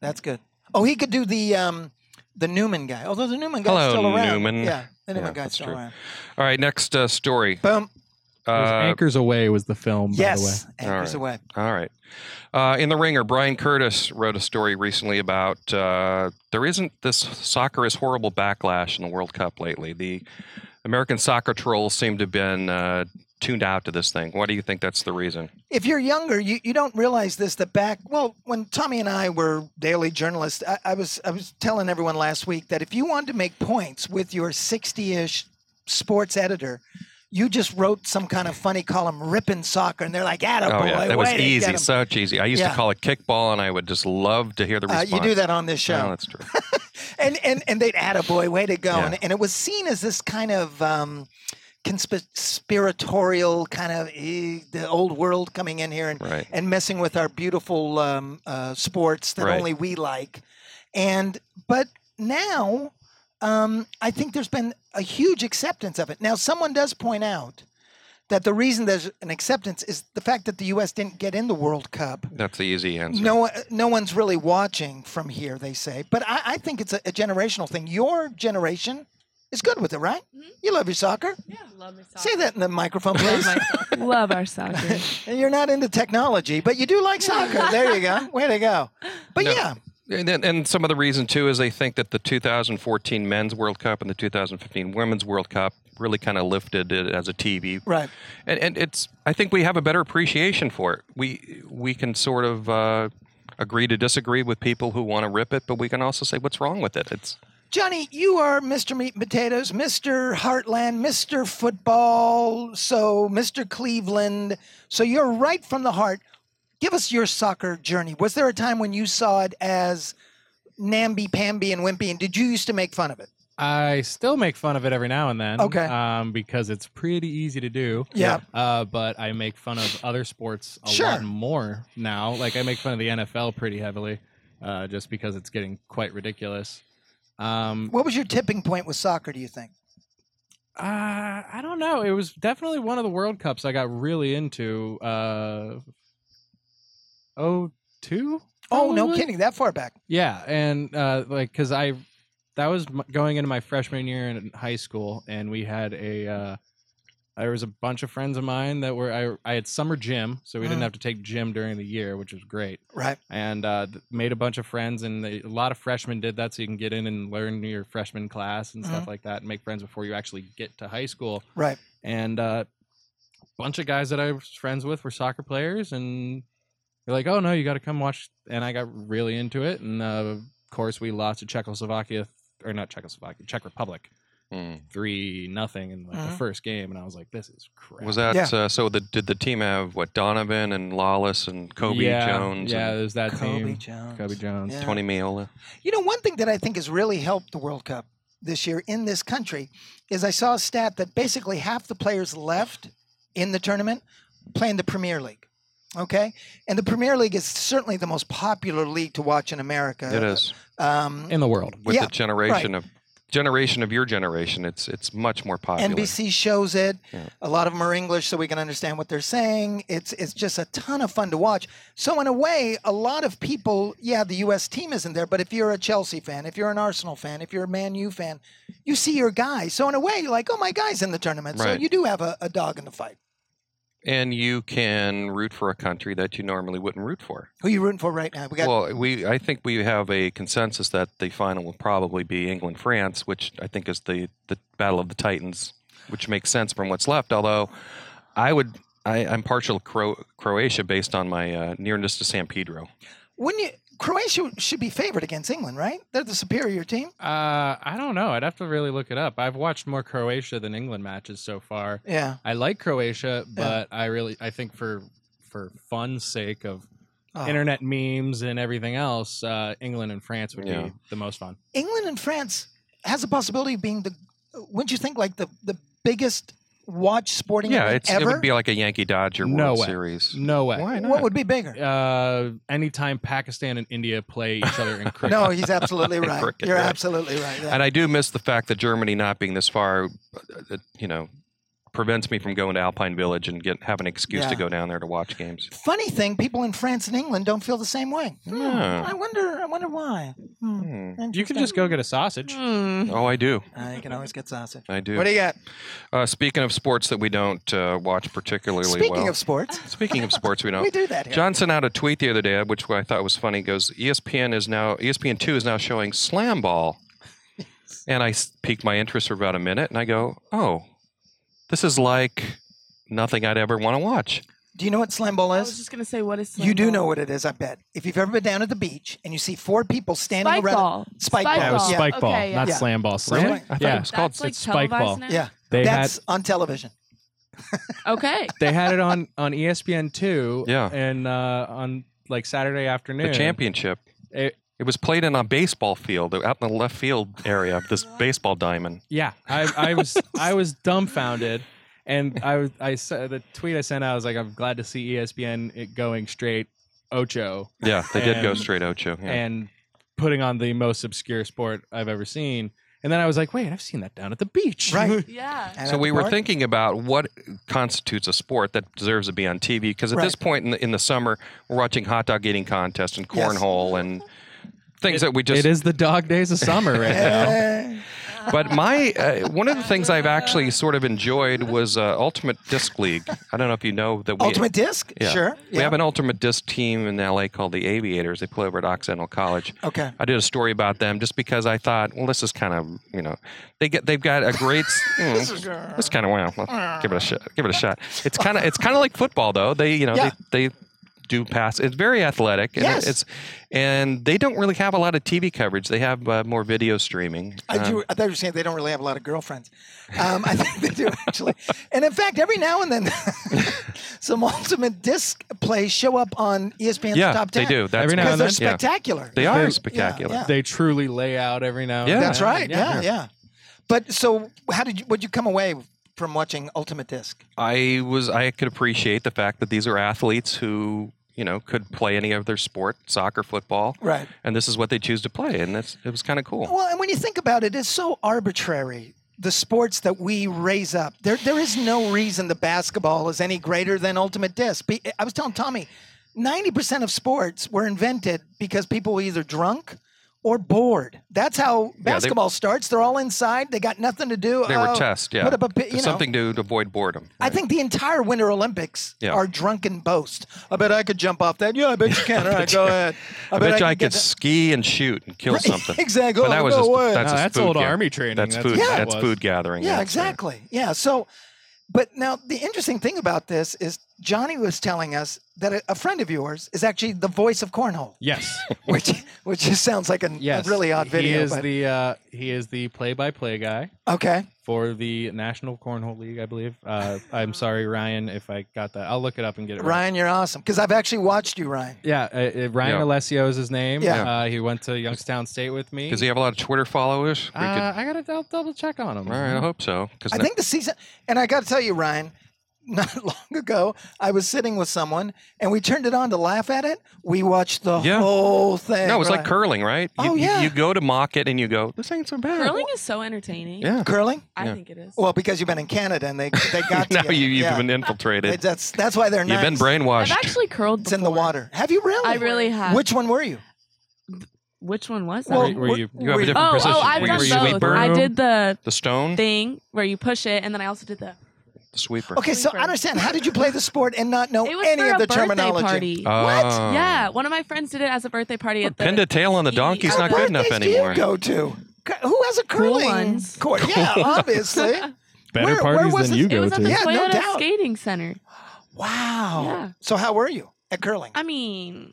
[SPEAKER 1] That's good. Oh, he could do the um, the Newman guy. Although the Newman guy's
[SPEAKER 2] Hello,
[SPEAKER 1] still around.
[SPEAKER 2] Newman.
[SPEAKER 1] Yeah, the Newman
[SPEAKER 2] Yeah,
[SPEAKER 1] guy's
[SPEAKER 2] that's
[SPEAKER 1] still
[SPEAKER 2] true.
[SPEAKER 1] around.
[SPEAKER 2] All right, next uh, story.
[SPEAKER 1] Boom.
[SPEAKER 3] It was
[SPEAKER 2] Uh,
[SPEAKER 3] Anchors Away was the film,
[SPEAKER 1] Yes.
[SPEAKER 2] All
[SPEAKER 1] Anchors
[SPEAKER 2] right.
[SPEAKER 1] away.
[SPEAKER 2] All right. Uh, in the Ringer, Brian Curtis wrote a story recently about uh, there isn't this soccer is horrible backlash in the World Cup lately. The American soccer trolls seem to have been uh, tuned out to this thing. Why do you think that's the reason?
[SPEAKER 1] if you're younger, you, you don't realize this. That back, well, when Tommy and I were daily journalists, I, I was I was telling everyone last week that if you wanted to make points with your 60-ish sports editor, you just wrote some kind of funny column ripping soccer, and they're like, "Atta boy,
[SPEAKER 2] Oh, that was
[SPEAKER 1] way to get
[SPEAKER 2] easy,
[SPEAKER 1] 'em."
[SPEAKER 2] such easy. I used
[SPEAKER 1] Yeah.
[SPEAKER 2] to call it kickball, and I would just love to hear the
[SPEAKER 1] Uh,
[SPEAKER 2] response.
[SPEAKER 1] you do that on this show,
[SPEAKER 2] No, that's true.
[SPEAKER 1] and and and they'd add a boy, way to go,
[SPEAKER 2] Yeah.
[SPEAKER 1] and, and it was seen as this kind of um, conspiratorial kind of eh, the old world coming in here and
[SPEAKER 2] Right.
[SPEAKER 1] and messing with our beautiful um, uh, sports that
[SPEAKER 2] Right.
[SPEAKER 1] only we like, and but now um, I think there's been a huge acceptance of it. Now someone does point out that the reason there's an acceptance is the fact that the U.S. didn't get in the World Cup.
[SPEAKER 2] That's the easy answer.
[SPEAKER 1] No, uh, no one's really watching from here, they say. But I, I think it's a, a generational thing. Your generation is good with it, right? You love your soccer.
[SPEAKER 4] Yeah, love my
[SPEAKER 1] Say that in the
[SPEAKER 2] [LAUGHS]
[SPEAKER 1] microphone, please. [LAUGHS]
[SPEAKER 4] Love our soccer.
[SPEAKER 1] And You're not into technology, but you do like soccer. There you go. Way to go. But
[SPEAKER 2] No.
[SPEAKER 1] yeah,
[SPEAKER 2] And, then- and some of the reason too is they think that the 2014 Men's World Cup and the 2015 Women's World Cup really kind of lifted it as a TV.
[SPEAKER 1] right.
[SPEAKER 2] And, and it's I think we have a better appreciation for it. We we can sort of uh, agree to disagree with people who want to rip it, but we can also say what's wrong with it. It's
[SPEAKER 1] Johnny, you are Mr. Meat and Potatoes, Mr. Heartland, Mr. Football, so Mr. Cleveland. So you're right from the heart. Give us your soccer journey. Was there a time when you saw it as namby pamby and wimpy, and did you used to make fun of it?
[SPEAKER 3] I still make fun of it every now and then.
[SPEAKER 1] Okay.
[SPEAKER 3] Um, because it's pretty easy to do.
[SPEAKER 1] Yeah.
[SPEAKER 3] Uh, but I make fun of other sports a
[SPEAKER 1] Sure.
[SPEAKER 3] lot more now. Like I make fun of the NFL pretty heavily, uh, just because it's getting quite ridiculous. Um,
[SPEAKER 1] What was your tipping point with soccer? Do you think?
[SPEAKER 3] uh, I don't know. It was definitely one of the World Cups I got really into. Uh, oh two.
[SPEAKER 1] Oh, no
[SPEAKER 3] probably?
[SPEAKER 1] kidding! That far back?
[SPEAKER 3] Yeah, and uh, like because I that was m- going into my freshman year in high school, and we had a uh, there was a bunch of friends of mine that were I I had summer gym, so we
[SPEAKER 1] Mhm.
[SPEAKER 3] didn't have to take gym during the year, which was great,
[SPEAKER 1] Right.
[SPEAKER 3] and uh, th- made a bunch of friends, and they, a lot of freshmen did that, so you can get in and learn your freshman class and stuff like that, and make friends before you actually get to high school
[SPEAKER 1] Right.
[SPEAKER 3] and uh, a bunch of guys that I was friends with were soccer players, and they're like, "Oh no, you got to come watch." And I got really into it, and uh, of course, we lost to Czechoslovakia or not Czechoslovakia, Czech Republic,
[SPEAKER 2] mm.
[SPEAKER 3] three nothing in like, the
[SPEAKER 1] Mhm.
[SPEAKER 3] first game, and I was like, "This is crap."
[SPEAKER 2] was that
[SPEAKER 1] Yeah.
[SPEAKER 2] uh, so? The, did the team have what Donovan and Lawless and Kobe
[SPEAKER 3] yeah,
[SPEAKER 2] Jones
[SPEAKER 3] Yeah,
[SPEAKER 2] and
[SPEAKER 3] it was that
[SPEAKER 1] Kobe
[SPEAKER 3] team,
[SPEAKER 1] Jones.
[SPEAKER 3] Kobe Jones.
[SPEAKER 1] Yeah.
[SPEAKER 2] Tony Meola?
[SPEAKER 1] You know, one thing that I think has really helped the World Cup this year in this country is I saw a stat that basically half the players left in the tournament playing the Premier League. Okay, and the Premier League is certainly the most popular league to watch in America.
[SPEAKER 2] It is
[SPEAKER 1] Um,
[SPEAKER 3] in the world.
[SPEAKER 2] with
[SPEAKER 1] Yeah,
[SPEAKER 2] the generation of generation of your generation. It's it's much more popular.
[SPEAKER 1] NBC shows it.
[SPEAKER 2] Yeah.
[SPEAKER 1] A lot of them are English, so we can understand what they're saying. It's it's just a ton of fun to watch. So in a way, a lot of people, yeah, the U.S. team isn't there, but if you're a Chelsea fan, if you're an Arsenal fan, if you're a Man U fan, you see your guy. So in a way, you're like, oh, my guy's in the tournament. So
[SPEAKER 2] Right.
[SPEAKER 1] you do have a, a dog in the fight.
[SPEAKER 2] and you can root for a country that you normally wouldn't root for.
[SPEAKER 1] Who you rooting for right now? We got
[SPEAKER 2] well, we I think we have a consensus that the final will probably be England France, which I think is the the battle of the titans, which makes sense from what's left. Although I would I, I'm partial to Cro- Croatia based on my uh, nearness to San Pedro.
[SPEAKER 1] wouldn't you? Croatia should be favored against England, right? They're the superior team.
[SPEAKER 3] Uh, I don't know. I'd have to really look it up. I've watched more Croatia than England matches so far.
[SPEAKER 1] Yeah.
[SPEAKER 3] I like Croatia, but I really I think for for fun's sake of
[SPEAKER 1] Oh.
[SPEAKER 3] internet memes and everything else, uh, England and France would
[SPEAKER 2] Yeah.
[SPEAKER 3] be the most fun.
[SPEAKER 1] England and France has a possibility of being the, wouldn't you think, like the, the biggest watch sporting
[SPEAKER 2] Yeah,
[SPEAKER 1] event
[SPEAKER 2] it's
[SPEAKER 1] ever?
[SPEAKER 2] it would be like a Yankee Dodger
[SPEAKER 3] No
[SPEAKER 2] World
[SPEAKER 3] way.
[SPEAKER 2] Series.
[SPEAKER 3] No way.
[SPEAKER 2] Why not?
[SPEAKER 1] what would be bigger?
[SPEAKER 3] Uh, anytime Pakistan and India play each other
[SPEAKER 2] [LAUGHS]
[SPEAKER 3] in cricket.
[SPEAKER 1] No, he's absolutely
[SPEAKER 2] And
[SPEAKER 1] right.
[SPEAKER 2] cricket,
[SPEAKER 1] You're
[SPEAKER 2] right.
[SPEAKER 1] absolutely right. yeah.
[SPEAKER 2] And I do miss the fact that Germany not being this far, uh, uh, you know, prevents me from going to Alpine Village and get have an excuse to
[SPEAKER 1] Yeah.
[SPEAKER 2] go down there to watch games.
[SPEAKER 1] Funny thing, people in France and England don't feel the same way. Hmm,
[SPEAKER 2] Yeah.
[SPEAKER 1] I wonder. I wonder why. Hmm,
[SPEAKER 2] Hmm.
[SPEAKER 3] You can
[SPEAKER 1] interesting.
[SPEAKER 3] just go get a sausage.
[SPEAKER 4] Hmm.
[SPEAKER 2] Oh, I do.
[SPEAKER 1] I can always get sausage.
[SPEAKER 2] I do.
[SPEAKER 1] What do you got?
[SPEAKER 2] uh, speaking of sports that we don't uh, watch particularly
[SPEAKER 1] Speaking
[SPEAKER 2] well.
[SPEAKER 1] of sports,
[SPEAKER 2] speaking of sports,
[SPEAKER 1] [LAUGHS] we
[SPEAKER 2] we don't.
[SPEAKER 1] do that here.
[SPEAKER 2] John sent out a tweet the other day, which I thought was funny. He goes, "E ESPN is now ESPN two is now showing
[SPEAKER 1] [LAUGHS]
[SPEAKER 2] slam ball, and I s- piqued my interest for about a minute, and I go, oh, this is like nothing I'd ever want to watch.
[SPEAKER 1] do you know what slam ball
[SPEAKER 4] I
[SPEAKER 1] is?
[SPEAKER 4] was just gonna say, what is
[SPEAKER 1] you do
[SPEAKER 4] slam
[SPEAKER 1] know
[SPEAKER 4] ball?
[SPEAKER 1] what it is, I bet. If you've ever been down at the beach and you see four people standing
[SPEAKER 4] Spike
[SPEAKER 1] around,
[SPEAKER 4] ball.
[SPEAKER 1] Spike ball.
[SPEAKER 3] That was
[SPEAKER 1] Yeah.
[SPEAKER 3] spike ball,
[SPEAKER 4] Okay, yeah.
[SPEAKER 3] not
[SPEAKER 1] Yeah.
[SPEAKER 3] slam ball. Slam.
[SPEAKER 1] Really?
[SPEAKER 2] I thought
[SPEAKER 3] Yeah.
[SPEAKER 2] it was called.
[SPEAKER 4] That's like
[SPEAKER 3] It's spike ball.
[SPEAKER 4] televised now?
[SPEAKER 1] yeah,
[SPEAKER 3] They
[SPEAKER 1] that's
[SPEAKER 3] had
[SPEAKER 1] on television.
[SPEAKER 4] Okay.
[SPEAKER 3] [LAUGHS] they had it on on E ESPN two.
[SPEAKER 2] Yeah.
[SPEAKER 3] And uh, on like Saturday afternoon.
[SPEAKER 2] the championship.
[SPEAKER 3] It-
[SPEAKER 2] It was played in a baseball field out in the left field area of this baseball diamond.
[SPEAKER 3] Yeah, I, I was I was dumbfounded, and I was I said the tweet I sent out I was like I'm glad to see E ESPN it going straight Ocho
[SPEAKER 2] Yeah, they did go
[SPEAKER 3] And-
[SPEAKER 2] straight Ocho. Yeah.
[SPEAKER 3] and putting on the most obscure sport I've ever seen, And then I was like, wait, I've seen that down at the beach. [LAUGHS]
[SPEAKER 1] Right.
[SPEAKER 4] Yeah.
[SPEAKER 1] And
[SPEAKER 2] So
[SPEAKER 1] at
[SPEAKER 2] we
[SPEAKER 1] the
[SPEAKER 2] were
[SPEAKER 1] park,
[SPEAKER 2] thinking about what constitutes a sport that deserves to be on TV because at this
[SPEAKER 1] Right.
[SPEAKER 2] point in the, in the summer we're watching hot dog eating contests and
[SPEAKER 1] Yes.
[SPEAKER 2] cornhole and things that we just
[SPEAKER 3] it is the dog days of summer right
[SPEAKER 1] [LAUGHS]
[SPEAKER 3] now.
[SPEAKER 1] eh,
[SPEAKER 2] [LAUGHS] but my uh, one of the things I've actually sort of enjoyed was uh, Ultimate Disc League. I don't know if you know that [LAUGHS] we
[SPEAKER 1] Ultimate disc,
[SPEAKER 2] Yeah.
[SPEAKER 1] sure.
[SPEAKER 2] We have an Ultimate Disc team in LA called the Aviators. They play over at Occidental College.
[SPEAKER 1] Okay.
[SPEAKER 2] I did a story about them just because I thought, well, this is kind of you know, they get they've got a great.
[SPEAKER 1] [LAUGHS]
[SPEAKER 2] mm, it's kind of wow. Let's give it a shot. Give it a shot.
[SPEAKER 1] [LAUGHS]
[SPEAKER 2] It's kind of it's kind of like football though. They you know
[SPEAKER 1] Yeah.
[SPEAKER 2] they. they do pass. It's very athletic, and
[SPEAKER 1] Yes.
[SPEAKER 2] it's and they don't really have a lot of TV coverage. They have uh, more video streaming.
[SPEAKER 1] I,
[SPEAKER 2] Um,
[SPEAKER 1] do, I thought you were saying they don't really have a lot of girlfriends. Um, I think they do actually. And in fact, every now and then, [LAUGHS] some ultimate disc plays show up on E ESPN's
[SPEAKER 2] yeah,
[SPEAKER 1] top ten.
[SPEAKER 2] they do. That's
[SPEAKER 3] Every now
[SPEAKER 2] my-
[SPEAKER 1] because
[SPEAKER 3] and
[SPEAKER 1] they're
[SPEAKER 3] then.
[SPEAKER 2] yeah.
[SPEAKER 1] spectacular.
[SPEAKER 2] They are
[SPEAKER 3] They-
[SPEAKER 2] spectacular.
[SPEAKER 1] yeah.
[SPEAKER 3] They truly lay out every now and
[SPEAKER 2] Yeah.
[SPEAKER 3] then.
[SPEAKER 1] That's right. Yeah, yeah,
[SPEAKER 3] Yeah.
[SPEAKER 1] But so, how did you? What you come away from watching Ultimate Disc?
[SPEAKER 2] I was I could appreciate the fact that these are athletes who you know could play any other sport, soccer, football,
[SPEAKER 1] Right.
[SPEAKER 2] and this is what they choose to play, and that's it was kind of cool.
[SPEAKER 1] Well, and when you think about it, it's so arbitrary. The sports that we raise up, there there is no reason the basketball is any greater than Ultimate Disc. Be- I was telling Tommy, ninety percent of sports were invented because people were either drunk or bored. That's how basketball starts. They're all inside. They got nothing to do.
[SPEAKER 2] They
[SPEAKER 1] Oh,
[SPEAKER 2] were tests, yeah,
[SPEAKER 1] Put up a pi- you know.
[SPEAKER 2] something to, to avoid boredom.
[SPEAKER 1] I think the entire Winter Olympics
[SPEAKER 2] Yeah.
[SPEAKER 1] are drunken boast. I bet I could jump off that. Yeah, I bet you
[SPEAKER 2] [LAUGHS]
[SPEAKER 1] can. All right, go ahead.
[SPEAKER 2] I bet you I
[SPEAKER 1] can get
[SPEAKER 2] could ski and shoot
[SPEAKER 1] [LAUGHS]
[SPEAKER 2] and kill something.
[SPEAKER 1] Exactly.
[SPEAKER 2] But that
[SPEAKER 1] Oh,
[SPEAKER 2] was
[SPEAKER 1] no
[SPEAKER 2] just,
[SPEAKER 1] way.
[SPEAKER 2] that's,
[SPEAKER 3] No,
[SPEAKER 2] just
[SPEAKER 3] that's
[SPEAKER 2] food
[SPEAKER 3] old
[SPEAKER 2] ga-
[SPEAKER 3] arming training.
[SPEAKER 2] That's,
[SPEAKER 3] That's
[SPEAKER 2] food.
[SPEAKER 1] what that
[SPEAKER 2] that's
[SPEAKER 3] was.
[SPEAKER 2] food gathering.
[SPEAKER 1] Yeah,
[SPEAKER 2] that's it.
[SPEAKER 1] exactly. Yeah. So, but now the interesting thing about this is Johnny was telling us that a, a friend of yours is actually the voice of
[SPEAKER 2] [LAUGHS]
[SPEAKER 1] cornhole,
[SPEAKER 3] Yes.
[SPEAKER 1] [LAUGHS] which which just sounds like an,
[SPEAKER 3] Yes.
[SPEAKER 1] a really odd video.
[SPEAKER 3] He is
[SPEAKER 1] but,
[SPEAKER 3] the uh, he is the play-by-play guy
[SPEAKER 1] okay.
[SPEAKER 3] for the National Cornhole League, I believe. Uh, I'm sorry, Ryan, if I got that. I'll look it up and get it. right.
[SPEAKER 1] Ryan, you're awesome because I've actually watched you, Ryan.
[SPEAKER 3] Yeah, uh, uh, Ryan
[SPEAKER 2] Yeah.
[SPEAKER 3] Alessio is his name.
[SPEAKER 1] Yeah.
[SPEAKER 3] Uh, he went to Youngstown State with me.
[SPEAKER 2] Does he have a lot of Twitter followers? We could-
[SPEAKER 3] uh, I gotta dou- double check on him.
[SPEAKER 2] all right, I hope so. Because
[SPEAKER 1] I think the season, and I got to tell you, Ryan, [LAUGHS] not long ago, I was sitting with someone and we turned it on to laugh at it. We watched the
[SPEAKER 2] Yeah.
[SPEAKER 1] whole thing.
[SPEAKER 2] no, it was
[SPEAKER 1] We're
[SPEAKER 2] like curling, right? You-
[SPEAKER 1] Oh,
[SPEAKER 2] you,
[SPEAKER 1] yeah.
[SPEAKER 2] You go to mock it and you go, this ain't so bad.
[SPEAKER 4] Curling is so entertaining.
[SPEAKER 2] Yeah. [LAUGHS]
[SPEAKER 1] curling.
[SPEAKER 4] I
[SPEAKER 2] Yeah.
[SPEAKER 4] think it is.
[SPEAKER 1] Well, because you've been in Canada and they
[SPEAKER 2] [LAUGHS]
[SPEAKER 1] they got to
[SPEAKER 2] Now you, you've
[SPEAKER 1] Yeah.
[SPEAKER 2] been infiltrated.
[SPEAKER 1] That's that's why they're
[SPEAKER 2] You've been
[SPEAKER 1] nice.
[SPEAKER 2] brainwashed.
[SPEAKER 4] I've actually curled
[SPEAKER 1] It's in the
[SPEAKER 4] before.
[SPEAKER 1] water. Have you really?
[SPEAKER 4] I really have.
[SPEAKER 1] Which one were you?
[SPEAKER 4] Which one was
[SPEAKER 1] Well,
[SPEAKER 4] that?
[SPEAKER 3] were
[SPEAKER 1] what-
[SPEAKER 3] you-
[SPEAKER 2] you have a
[SPEAKER 1] were
[SPEAKER 2] different
[SPEAKER 4] Oh,
[SPEAKER 2] position.
[SPEAKER 4] oh, I've
[SPEAKER 2] Were
[SPEAKER 4] done
[SPEAKER 2] you a
[SPEAKER 4] both.
[SPEAKER 2] sweeper?
[SPEAKER 4] I did the
[SPEAKER 2] the stone,
[SPEAKER 4] thing where you push it, and then I also did the.
[SPEAKER 2] the sweeper.
[SPEAKER 1] Okay, so I understand. How did you play the sport and not know
[SPEAKER 4] It was
[SPEAKER 1] Oh, any
[SPEAKER 4] for
[SPEAKER 1] of the
[SPEAKER 4] a birthday
[SPEAKER 1] terminology? Uh-huh.
[SPEAKER 4] party.
[SPEAKER 2] Oh.
[SPEAKER 4] Yeah, one of my friends did it as a birthday party at the.
[SPEAKER 2] Pinned a tail on the donkey's
[SPEAKER 4] How
[SPEAKER 2] not good enough
[SPEAKER 1] Birthdays do you
[SPEAKER 2] anymore.
[SPEAKER 1] go to? Cur- Who has a curling
[SPEAKER 4] ones.
[SPEAKER 1] court? Yeah,
[SPEAKER 4] [LAUGHS]
[SPEAKER 1] obviously.
[SPEAKER 3] Better
[SPEAKER 1] Where- where
[SPEAKER 3] parties
[SPEAKER 1] was
[SPEAKER 3] than
[SPEAKER 1] this-
[SPEAKER 3] you
[SPEAKER 1] it
[SPEAKER 4] It
[SPEAKER 3] go
[SPEAKER 4] was at
[SPEAKER 3] to.
[SPEAKER 4] the
[SPEAKER 1] Yeah, no
[SPEAKER 4] Toyota
[SPEAKER 1] doubt.
[SPEAKER 4] Skating Center.
[SPEAKER 1] Wow.
[SPEAKER 4] Yeah.
[SPEAKER 1] So how were you at curling?
[SPEAKER 4] I mean,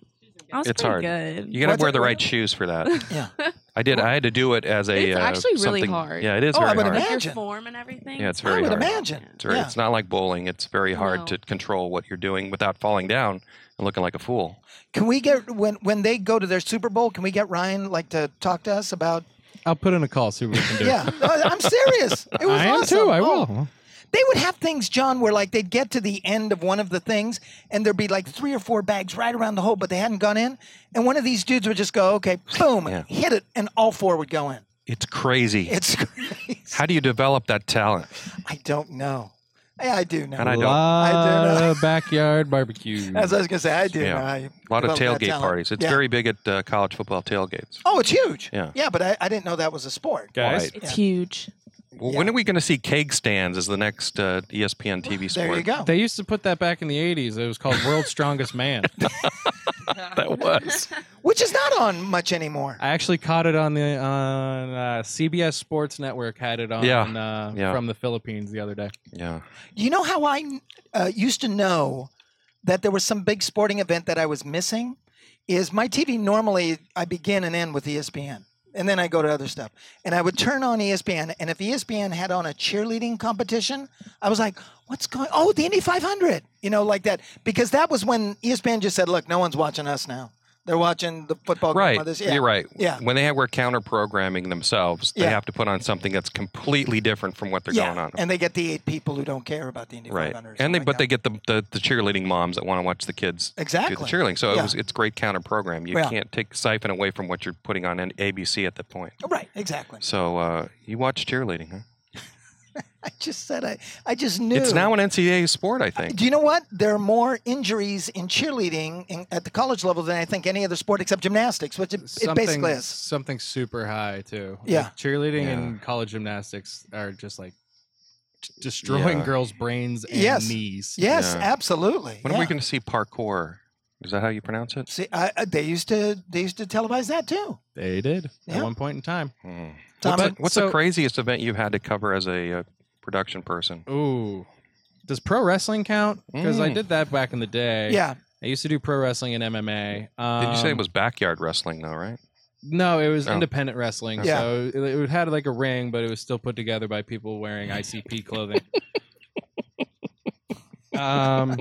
[SPEAKER 4] I was
[SPEAKER 2] It's hard.
[SPEAKER 4] pretty good.
[SPEAKER 2] You gotta
[SPEAKER 1] What's
[SPEAKER 2] wear
[SPEAKER 1] it-
[SPEAKER 2] the right shoes for that.
[SPEAKER 1] [LAUGHS] yeah.
[SPEAKER 2] I did. I had to do it as a.
[SPEAKER 4] It's
[SPEAKER 2] uh,
[SPEAKER 4] actually really
[SPEAKER 2] something-
[SPEAKER 4] hard.
[SPEAKER 2] Yeah, it is
[SPEAKER 1] Oh, I
[SPEAKER 2] very
[SPEAKER 1] would
[SPEAKER 2] hard.
[SPEAKER 1] imagine.
[SPEAKER 4] Your form and everything.
[SPEAKER 2] Yeah, it's
[SPEAKER 1] I
[SPEAKER 2] very
[SPEAKER 1] would
[SPEAKER 2] hard.
[SPEAKER 1] imagine.
[SPEAKER 2] It's, very,
[SPEAKER 1] yeah.
[SPEAKER 2] it's not like bowling. It's very hard
[SPEAKER 4] No.
[SPEAKER 2] to control what you're doing without falling down and looking like a fool.
[SPEAKER 1] Can we get when when they go to their Super Bowl? Can we get Ryan like to talk to us about?
[SPEAKER 3] I'll put in a call, see what we can do.
[SPEAKER 1] Yeah, No, I'm serious. It was
[SPEAKER 3] I am
[SPEAKER 1] awesome.
[SPEAKER 3] too. I
[SPEAKER 1] Oh,
[SPEAKER 3] will.
[SPEAKER 1] They would have things, John, where like they'd get to the end of one of the things and there'd be like three or four bags right around the hole, but they hadn't gone in. And one of these dudes would just go, okay, boom,
[SPEAKER 2] Yeah.
[SPEAKER 1] hit it, and all four would go in.
[SPEAKER 2] It's crazy.
[SPEAKER 1] It's [LAUGHS] crazy.
[SPEAKER 2] How do you develop that talent?
[SPEAKER 1] I don't know. Yeah, I do know.
[SPEAKER 2] And I don't-
[SPEAKER 3] lot
[SPEAKER 1] I do know.
[SPEAKER 3] of backyard barbecue.
[SPEAKER 1] [LAUGHS] As I was going to say, I do
[SPEAKER 2] Yeah.
[SPEAKER 1] know. how you
[SPEAKER 2] A lot of
[SPEAKER 1] develop that
[SPEAKER 2] tailgate
[SPEAKER 1] talent.
[SPEAKER 2] parties. It's
[SPEAKER 1] Yeah.
[SPEAKER 2] very big at uh, college football tailgates.
[SPEAKER 1] Oh, it's huge.
[SPEAKER 2] Yeah.
[SPEAKER 1] Yeah, but I, I didn't know that was a sport.
[SPEAKER 3] Guys,
[SPEAKER 2] Right.
[SPEAKER 4] It's huge.
[SPEAKER 2] Well, When are we going to see keg stands as the next uh, ESPN TV sport?
[SPEAKER 1] There you go.
[SPEAKER 3] They used to put that back in the 80s. It was called World's Strongest
[SPEAKER 2] [LAUGHS]
[SPEAKER 3] Man.
[SPEAKER 2] That was.
[SPEAKER 1] Which is not on much anymore.
[SPEAKER 3] I actually caught it on the on uh, CBS Sports Network had it on
[SPEAKER 2] Yeah.
[SPEAKER 3] Uh,
[SPEAKER 2] Yeah.
[SPEAKER 3] from the Philippines the other day.
[SPEAKER 2] yeah.
[SPEAKER 1] You know how I uh, used to know that there was some big sporting event that I was missing? Is my TV normally I begin and end with E ESPN and then I go to other stuff. And I would turn on E ESPN and if ESPN had on a cheerleading competition, I was like, what's going E Oh, the Indy 500, you know, like that because that was when ESPN just said, look, no one's watching us now. They're watching the football game
[SPEAKER 2] Right.
[SPEAKER 1] on this- yeah.
[SPEAKER 2] You're right.
[SPEAKER 1] Yeah.
[SPEAKER 2] When they have, were counter programming themselves, they
[SPEAKER 1] Yeah.
[SPEAKER 2] have to put on something that's completely different from what they're
[SPEAKER 1] yeah.
[SPEAKER 2] going on.
[SPEAKER 1] And oh they get the eight people who don't care about the Indy
[SPEAKER 2] right.
[SPEAKER 1] 500.
[SPEAKER 2] And they
[SPEAKER 1] like
[SPEAKER 2] but
[SPEAKER 1] that.
[SPEAKER 2] they get the, the the cheerleading moms that want to watch the kids
[SPEAKER 1] exactly
[SPEAKER 2] do the cheerleading. So
[SPEAKER 1] Yeah.
[SPEAKER 2] it was it's great counter program. You
[SPEAKER 1] Yeah.
[SPEAKER 2] can't take siphon away from what you're putting on an ABC at that point.
[SPEAKER 1] Right, exactly. [LAUGHS]
[SPEAKER 2] So uh, you watch cheerleading, huh?
[SPEAKER 1] I just said I. I just knew.
[SPEAKER 2] It's now an NCAA sport, I think.
[SPEAKER 1] Do you know what? There are more injuries in cheerleading in, at the college level than I think any other sport except gymnastics, which it, it basically is.
[SPEAKER 3] something super high too. Like,
[SPEAKER 1] Yeah.
[SPEAKER 3] cheerleading
[SPEAKER 2] Yeah.
[SPEAKER 3] and college gymnastics are just like t- destroying
[SPEAKER 2] Yeah.
[SPEAKER 3] girls' brains and
[SPEAKER 1] Yes.
[SPEAKER 3] knees.
[SPEAKER 1] Yes,
[SPEAKER 2] Yeah.
[SPEAKER 1] absolutely.
[SPEAKER 2] When
[SPEAKER 1] yeah.
[SPEAKER 2] are we going to see parkour? Is that how you pronounce it?
[SPEAKER 1] See, I, I- they used to they used to televise that too.
[SPEAKER 3] They did
[SPEAKER 1] Yeah.
[SPEAKER 3] at one point in time.
[SPEAKER 2] Hmm.
[SPEAKER 1] Tom,
[SPEAKER 2] What's,
[SPEAKER 3] But-
[SPEAKER 2] the, what's
[SPEAKER 3] so-
[SPEAKER 2] the craziest event you've had to cover as a uh, production person?
[SPEAKER 3] Ooh, does pro wrestling count? Because I
[SPEAKER 2] Mm.
[SPEAKER 3] did that back in the day.
[SPEAKER 1] yeah,
[SPEAKER 3] I used to do pro wrestling and MMA. Um,
[SPEAKER 2] Did you say it was backyard wrestling though, right?
[SPEAKER 3] No, it was
[SPEAKER 2] Oh.
[SPEAKER 3] independent wrestling.
[SPEAKER 1] Yeah.
[SPEAKER 3] So it, it had like a ring, but it was still put together by people wearing ICP clothing.
[SPEAKER 1] [LAUGHS]
[SPEAKER 3] um,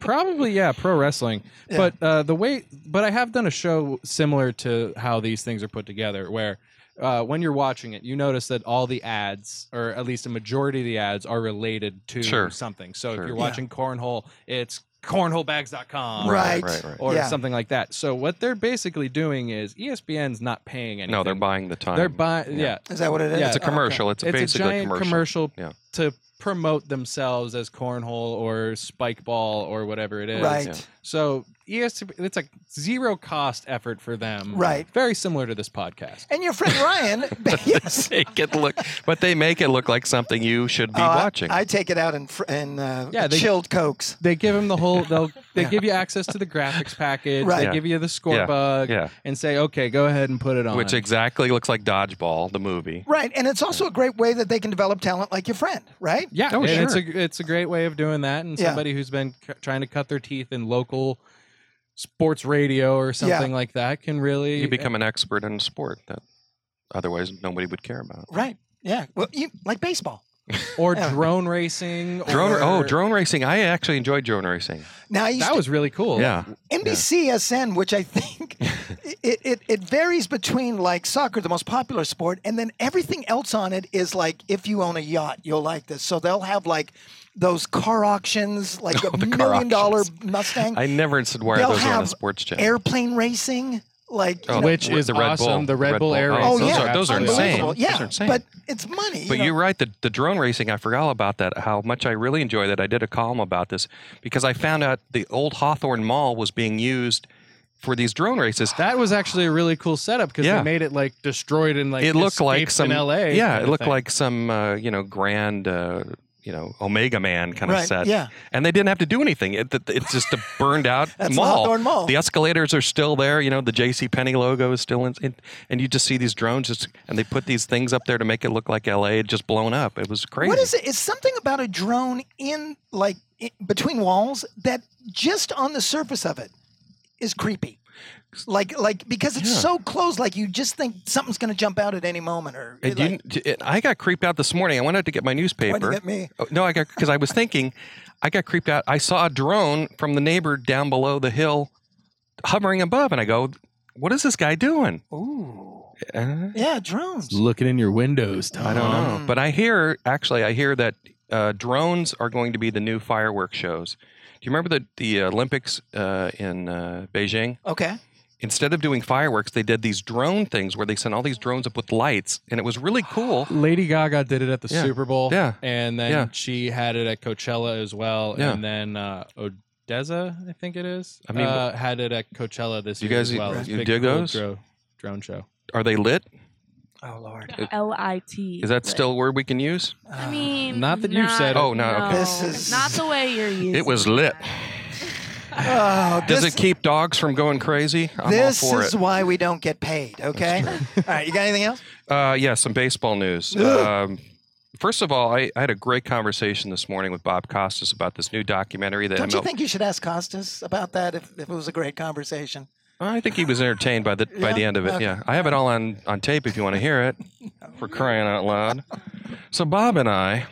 [SPEAKER 3] probably yeah, pro wrestling.
[SPEAKER 1] Yeah.
[SPEAKER 3] But uh, the way, but I have done a show similar to how these things are put together, where uh, when you're watching it, you notice that all the ads, or at least a majority of the ads, are related to
[SPEAKER 2] Sure.
[SPEAKER 3] something. So
[SPEAKER 2] Sure.
[SPEAKER 3] if you're
[SPEAKER 1] Yeah.
[SPEAKER 3] watching cornhole, it's cornholebags.com
[SPEAKER 1] Right.
[SPEAKER 2] Right. Right.
[SPEAKER 3] or
[SPEAKER 1] Yeah.
[SPEAKER 3] something like that. So what they're basically doing is E ESPN's not paying anything.
[SPEAKER 2] No, they're buying the time.
[SPEAKER 3] They're buying.
[SPEAKER 2] Yeah.
[SPEAKER 3] Yeah.
[SPEAKER 1] is that what it is?
[SPEAKER 3] Yeah.
[SPEAKER 2] It's a
[SPEAKER 1] Oh, okay.
[SPEAKER 2] commercial. It's,
[SPEAKER 3] it's a
[SPEAKER 2] basically
[SPEAKER 3] giant
[SPEAKER 2] commercial. [LAUGHS]
[SPEAKER 3] commercial,
[SPEAKER 2] Yeah.
[SPEAKER 3] to promote themselves as cornhole or spike ball or whatever it is.
[SPEAKER 1] Right.
[SPEAKER 3] So ESPN, it's a zero cost effort for them.
[SPEAKER 1] Right.
[SPEAKER 3] Very similar to this podcast.
[SPEAKER 1] And your friend
[SPEAKER 2] [LAUGHS]
[SPEAKER 1] Ryan, [LAUGHS] yes.
[SPEAKER 2] Make it look, but they make it look like something you should be
[SPEAKER 1] Oh, I-
[SPEAKER 2] watching.
[SPEAKER 3] [LAUGHS]
[SPEAKER 1] I, take it out in fr- in uh,
[SPEAKER 3] Yeah, they-
[SPEAKER 1] chilled cokes.
[SPEAKER 3] They give them the whole.
[SPEAKER 1] [LAUGHS]
[SPEAKER 3] They'll they
[SPEAKER 1] Yeah.
[SPEAKER 3] give you access to the graphics package.
[SPEAKER 1] Right.
[SPEAKER 3] They
[SPEAKER 2] Yeah.
[SPEAKER 3] give you the score
[SPEAKER 2] Yeah.
[SPEAKER 3] bug
[SPEAKER 2] yeah,
[SPEAKER 3] and say, okay, go ahead and put it on.
[SPEAKER 2] which exactly looks like dodgeball, the movie.
[SPEAKER 1] Right, and it's also a great way that they can develop talent like your friend, right?
[SPEAKER 3] Yeah,
[SPEAKER 2] Oh,
[SPEAKER 3] and
[SPEAKER 2] sure.
[SPEAKER 3] it's a it's a great way of doing that. And
[SPEAKER 1] Yeah.
[SPEAKER 3] somebody who's been c- trying to cut their teeth in local sports radio or something like that can really
[SPEAKER 2] You become an expert in a sport that otherwise nobody would care about.
[SPEAKER 1] Right. Yeah. Well, you like baseball.
[SPEAKER 3] [LAUGHS] or
[SPEAKER 1] Yeah.
[SPEAKER 3] drone racing.
[SPEAKER 2] Drone,
[SPEAKER 3] or,
[SPEAKER 2] oh, drone racing! I actually enjoyed drone racing.
[SPEAKER 1] Now I used
[SPEAKER 3] That
[SPEAKER 1] to
[SPEAKER 3] was really cool.
[SPEAKER 2] Yeah,
[SPEAKER 1] NBCSN, which I
[SPEAKER 2] [LAUGHS]
[SPEAKER 1] think it, it, it varies between like soccer, the most popular sport, and then everything else on it is like if you own a yacht, you'll like this. So they'll have like those car auctions,
[SPEAKER 2] [LAUGHS]
[SPEAKER 1] like a
[SPEAKER 2] Oh, the car
[SPEAKER 1] million dollar
[SPEAKER 2] auctions.
[SPEAKER 1] Mustang,
[SPEAKER 2] I never understood why
[SPEAKER 1] They'll
[SPEAKER 2] those were on
[SPEAKER 1] have
[SPEAKER 2] a sports channel.
[SPEAKER 1] airplane racing, like you
[SPEAKER 2] Oh,
[SPEAKER 1] know,
[SPEAKER 3] Which
[SPEAKER 2] the
[SPEAKER 3] is
[SPEAKER 2] Red
[SPEAKER 3] awesome.
[SPEAKER 2] Bull-
[SPEAKER 3] The Red Bull Air
[SPEAKER 2] Race.
[SPEAKER 1] Oh,
[SPEAKER 2] those,
[SPEAKER 1] yeah.
[SPEAKER 2] are, those are
[SPEAKER 1] unbelievable.
[SPEAKER 2] insane.
[SPEAKER 1] Yeah,
[SPEAKER 2] those are insane.
[SPEAKER 1] but it's money.
[SPEAKER 2] But
[SPEAKER 1] you know.
[SPEAKER 2] you're right. The, the drone racing, I forgot all about that. How much I really enjoy that. I did a column about this because I found out the old Hawthorne Mall was being used for these drone races.
[SPEAKER 1] Ah,
[SPEAKER 3] That was actually a really cool setup because
[SPEAKER 2] Yeah.
[SPEAKER 3] they made it like destroyed and like
[SPEAKER 2] it looked like
[SPEAKER 3] escaped
[SPEAKER 2] some
[SPEAKER 3] in LA.
[SPEAKER 2] Yeah,
[SPEAKER 3] kinda
[SPEAKER 2] it looked
[SPEAKER 3] thing.
[SPEAKER 2] like some uh, you know grand uh, you know Omega Man kind of
[SPEAKER 1] Right,
[SPEAKER 2] set.
[SPEAKER 1] yeah.
[SPEAKER 2] and they didn't have to do anything. It, it- it's just a burned out
[SPEAKER 1] [LAUGHS] That's
[SPEAKER 2] mall.
[SPEAKER 1] Hawthorne Mall.
[SPEAKER 2] The escalators are still there. You know, the J.C. Penney logo is still in, in- and you just see these drones just and they put these things up there to make it look like L.A. just blown up. It was crazy.
[SPEAKER 1] What is it? It's something about a drone in like i between walls that just on the surface of it is creepy. Like like because it's
[SPEAKER 2] Yeah.
[SPEAKER 1] so close, like you just think something's going to jump out at any moment. Or
[SPEAKER 2] And
[SPEAKER 1] like,
[SPEAKER 2] you, it- I got creeped out this morning. I went out to get my newspaper.
[SPEAKER 1] why'd you get me?
[SPEAKER 2] Oh, no, I got because I was thinking, I got creeped out. I saw a drone from the neighbor down below the hill, hovering above, and I go, "What is this guy doing?"
[SPEAKER 1] Ooh,
[SPEAKER 2] Uh,
[SPEAKER 1] yeah, drones.
[SPEAKER 3] looking in your windows. Tom.
[SPEAKER 2] I don't know,
[SPEAKER 1] Um.
[SPEAKER 2] Oh, but I hear actually, I hear that uh, drones are going to be the new fireworks shows. Do you remember the the Olympics uh, in uh, Beijing?
[SPEAKER 1] Okay,
[SPEAKER 2] Instead of doing fireworks, they did these drone things where they sent all these drones up with lights, and it was really cool.
[SPEAKER 3] Lady Gaga did it at the
[SPEAKER 2] Yeah.
[SPEAKER 3] Super Bowl.
[SPEAKER 2] Yeah.
[SPEAKER 3] And then
[SPEAKER 2] Yeah.
[SPEAKER 3] she had it at Coachella as well.
[SPEAKER 2] Yeah.
[SPEAKER 3] And then uh, Odessa, I think it is.
[SPEAKER 2] I mean,
[SPEAKER 3] uh, had it at Coachella this
[SPEAKER 2] You
[SPEAKER 3] year
[SPEAKER 2] guys-
[SPEAKER 3] as well.
[SPEAKER 2] you-
[SPEAKER 3] This
[SPEAKER 2] you
[SPEAKER 3] big
[SPEAKER 2] dig
[SPEAKER 3] cool
[SPEAKER 2] those?
[SPEAKER 3] dro- drone show.
[SPEAKER 2] Are they lit?
[SPEAKER 1] oh lord,
[SPEAKER 4] L I T.
[SPEAKER 2] Is that still a word we can use?
[SPEAKER 1] Uh,
[SPEAKER 4] I mean,
[SPEAKER 3] Not that you've said it.
[SPEAKER 2] Oh, no, okay.
[SPEAKER 1] This is-
[SPEAKER 4] not the way you're used.
[SPEAKER 2] It was lit.
[SPEAKER 1] oh,
[SPEAKER 2] Does
[SPEAKER 1] this-
[SPEAKER 2] it keep dogs from going crazy? I'm
[SPEAKER 1] This
[SPEAKER 2] all for
[SPEAKER 1] is
[SPEAKER 2] it.
[SPEAKER 1] why we don't get paid. Okay, [LAUGHS] all right, you got anything else?
[SPEAKER 2] Uh, yeah, some baseball news. Um, first of all, I, I had a great conversation this morning with Bob Costas about this new documentary that
[SPEAKER 1] Don't you
[SPEAKER 2] ML
[SPEAKER 1] think you should ask Costas about that if, if it was a great conversation?
[SPEAKER 2] I think he was entertained by the by
[SPEAKER 1] Yeah?
[SPEAKER 2] the end of it.
[SPEAKER 1] Okay.
[SPEAKER 2] Yeah, I have it all on on tape if you want to hear it. For crying out loud! So Bob and I,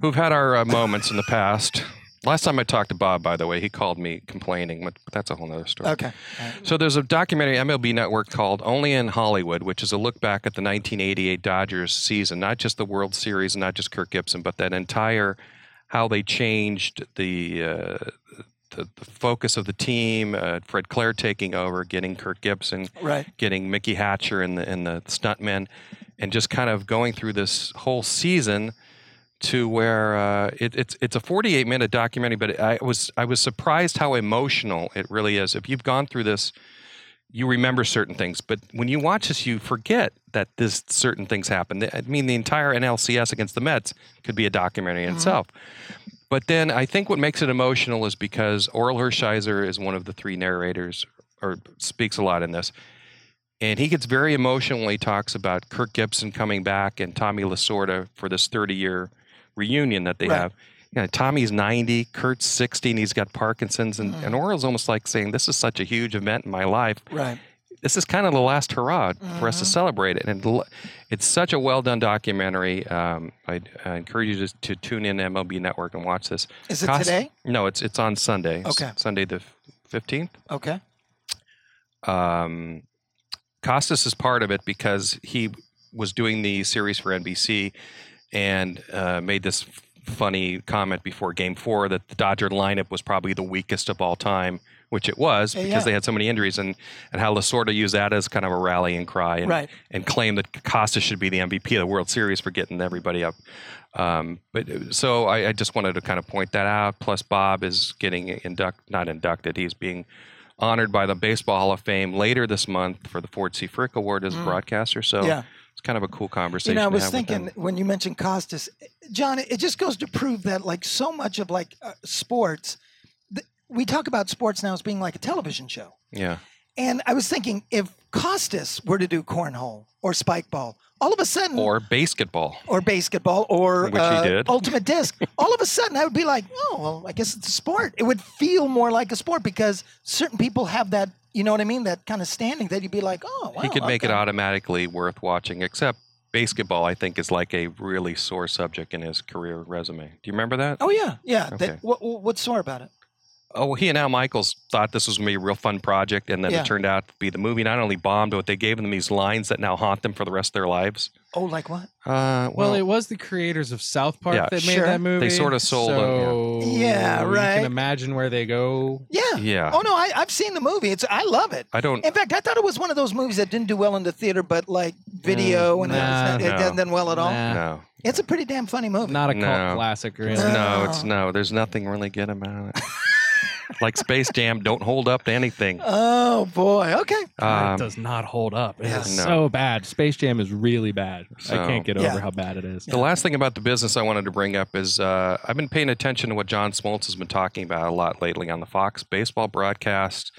[SPEAKER 2] who've had our uh, moments in the past, Last time I talked to Bob, by the way, he called me complaining, but that's a whole nother story.
[SPEAKER 1] Okay. All right.
[SPEAKER 2] So there's a documentary MLB Network called Only in Hollywood, which is a look back at the 1988 Dodgers season, not just the World Series and not just Kirk Gibson, but that entire how they changed the uh, the, the focus of the team. Uh, Fred Clare taking over, getting Kirk Gibson,
[SPEAKER 1] Right.
[SPEAKER 2] getting Mickey Hatcher and the and the stuntmen, and just kind of going through this whole season to where uh, it, it's it's a 48 minute documentary, but I was I was surprised how emotional it really is. If you've gone through this, you remember certain things, but when you watch this, you forget that this certain things happened. I mean, the entire NLCS against the Mets could be a documentary in itself. But then I think what makes it emotional is because Oral Hershiser is one of the three narrators or speaks a lot in this. And he gets very emotional when he talks about Kirk Gibson coming back and Tommy Lasorda for this 30 year reunion that they
[SPEAKER 1] Right.
[SPEAKER 2] have. You know, Tommy's 90, Kurt's 60, and he's got Parkinson's. And, and Oral's almost like saying, This is such a huge event in my life
[SPEAKER 1] Right.
[SPEAKER 2] this is kind of the last hurrah for
[SPEAKER 1] Mm-hmm.
[SPEAKER 2] us to celebrate it. And l- it's such a well done documentary. Um, I, I encourage you to, to tune in to MLB Network and watch this.
[SPEAKER 1] Is it
[SPEAKER 2] Cost-
[SPEAKER 1] today?
[SPEAKER 2] No, it's it's on Sunday. S-
[SPEAKER 1] Okay.
[SPEAKER 2] Sunday the fifteenth.
[SPEAKER 1] Okay.
[SPEAKER 2] Um, Costas is part of it because he was doing the series for NBC and uh, made this f- funny comment before Game Four that the Dodger lineup was probably the weakest of all time, which it was
[SPEAKER 1] Yeah,
[SPEAKER 2] because
[SPEAKER 1] yeah.
[SPEAKER 2] they had so many injuries, and and how Lasorda used that as kind of a rallying cry and,
[SPEAKER 1] Right.
[SPEAKER 2] and claimed that Costas should be the MVP of the World Series for getting everybody up. Um, but so I, I just wanted to kind of point that out. Plus, Bob is getting induct not inducted; he's being honored by the Baseball Hall of Fame later this month for the Ford C. Frick Award as a broadcaster. So
[SPEAKER 1] Mm. Yeah.
[SPEAKER 2] it's kind of a cool
[SPEAKER 1] You
[SPEAKER 2] conversation.
[SPEAKER 1] know, I
[SPEAKER 2] to
[SPEAKER 1] was
[SPEAKER 2] have with
[SPEAKER 1] thinking
[SPEAKER 2] him.
[SPEAKER 1] when you mentioned Costas, John, it just goes to prove that like so much of like uh, sports, th- we talk about sports now as being like a television show.
[SPEAKER 2] yeah,
[SPEAKER 1] And I was thinking if Costas were to do cornhole or spike ball, all of a sudden,
[SPEAKER 2] or basketball.
[SPEAKER 1] or basketball or
[SPEAKER 2] Which he
[SPEAKER 1] uh,
[SPEAKER 2] did. [LAUGHS]
[SPEAKER 1] ultimate disc, all of a sudden I would be like, oh, well, I guess it's a sport. It would feel more like a sport because certain people have that, you know what I mean? That kind of standing that you'd be like, oh, wow.
[SPEAKER 2] he could make it
[SPEAKER 1] okay.
[SPEAKER 2] automatically worth watching, except basketball. I think is like a really sore subject in his career resume. Do you remember that?
[SPEAKER 1] Oh, yeah. Yeah.
[SPEAKER 2] Okay.
[SPEAKER 1] That, what, what's sore about it?
[SPEAKER 2] oh, he and Al Michaels thought this was going to be a real fun project, and then
[SPEAKER 1] Yeah.
[SPEAKER 2] it turned out to be the movie. Not only bombed, but they gave them these lines that now haunt them for the rest of their lives.
[SPEAKER 1] Oh, like what?
[SPEAKER 2] Uh,
[SPEAKER 3] Well,
[SPEAKER 2] well,
[SPEAKER 3] [LAUGHS] it was the creators of South Park
[SPEAKER 2] Yeah,
[SPEAKER 3] that made
[SPEAKER 1] sure. They
[SPEAKER 3] that movie.
[SPEAKER 2] sorta sold it,
[SPEAKER 3] so
[SPEAKER 1] yeah. Yeah,
[SPEAKER 3] You
[SPEAKER 1] right.
[SPEAKER 3] can imagine where they go.
[SPEAKER 1] Yeah.
[SPEAKER 2] yeah.
[SPEAKER 1] Oh, no, I, I've seen the movie. It's I love it.
[SPEAKER 2] I don't.
[SPEAKER 1] In fact, I thought it was one of those movies that didn't do well in the theater, but like video and
[SPEAKER 3] nah,
[SPEAKER 1] it, was not, it
[SPEAKER 2] no.
[SPEAKER 1] hasn't done well at all.
[SPEAKER 3] Nah,
[SPEAKER 2] No,
[SPEAKER 1] It's a pretty damn funny movie.
[SPEAKER 3] not a cult
[SPEAKER 2] No.
[SPEAKER 3] classic or anything.
[SPEAKER 2] no, it's no. There's nothing really good about it. like Space Jam, don't hold up to anything.
[SPEAKER 1] Oh boy. Okay.
[SPEAKER 3] God,
[SPEAKER 2] Um,
[SPEAKER 3] it does not hold up. It is
[SPEAKER 1] Yeah.
[SPEAKER 2] No.
[SPEAKER 3] so bad. Space Jam is really bad.
[SPEAKER 2] So-
[SPEAKER 3] I can't get over
[SPEAKER 1] Yeah.
[SPEAKER 3] how bad it is.
[SPEAKER 2] The last thing about the business I wanted to bring up is uh, I've been paying attention to what John Smoltz has been talking about a lot lately on the Fox baseball broadcast.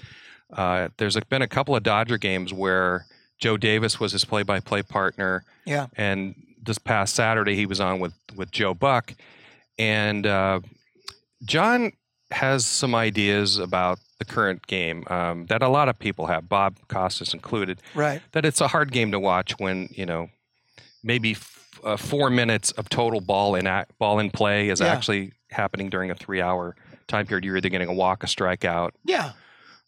[SPEAKER 2] Uh, there's been a couple of Dodger games where Joe Davis was his play-by-play partner,
[SPEAKER 1] Yeah.
[SPEAKER 2] and this past Saturday he was on with with Joe Buck, and uh, John has some ideas about the current game um, that a lot of people have, Bob Costas included
[SPEAKER 1] Right.
[SPEAKER 2] that it's a hard game to watch when you know maybe f- uh, four minutes of total ball in ac ball in play is
[SPEAKER 1] Yeah.
[SPEAKER 2] actually happening during a three hour time period. You're either getting a walk, a strikeout,
[SPEAKER 1] Yeah.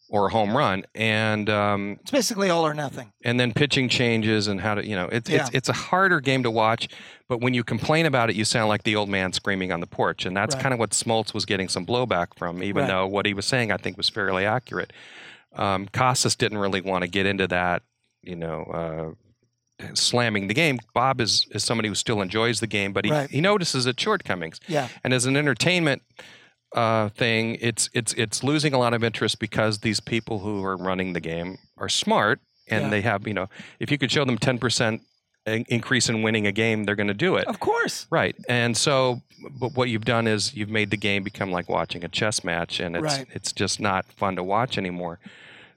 [SPEAKER 2] or a home run, and um,
[SPEAKER 1] It's basically all or nothing.
[SPEAKER 2] and then pitching changes and how to you know it's it's
[SPEAKER 1] Yeah.
[SPEAKER 2] it's a harder game to watch. But when you complain about it, you sound like the old man screaming on the porch, and that's
[SPEAKER 1] Right.
[SPEAKER 2] kind of what Smoltz was getting some blowback from, even
[SPEAKER 1] Right.
[SPEAKER 2] though what he was saying I think was fairly accurate. Um, Costas didn't really want to get into that, you know, uh, slamming the game. Bob is is somebody who still enjoys the game, but he
[SPEAKER 1] Right.
[SPEAKER 2] he notices its shortcomings
[SPEAKER 1] Yeah.
[SPEAKER 2] and as an entertainment uh, thing, it's it's it's losing a lot of interest because these people who are running the game are smart and
[SPEAKER 1] Yeah.
[SPEAKER 2] they have you know if you could show them ten percent increase in winning a game, they're going to do it.
[SPEAKER 1] Of course.
[SPEAKER 2] Right, and so, but what you've done is you've made the game become like watching a chess match, and it's
[SPEAKER 1] Right.
[SPEAKER 2] it's just not fun to watch anymore.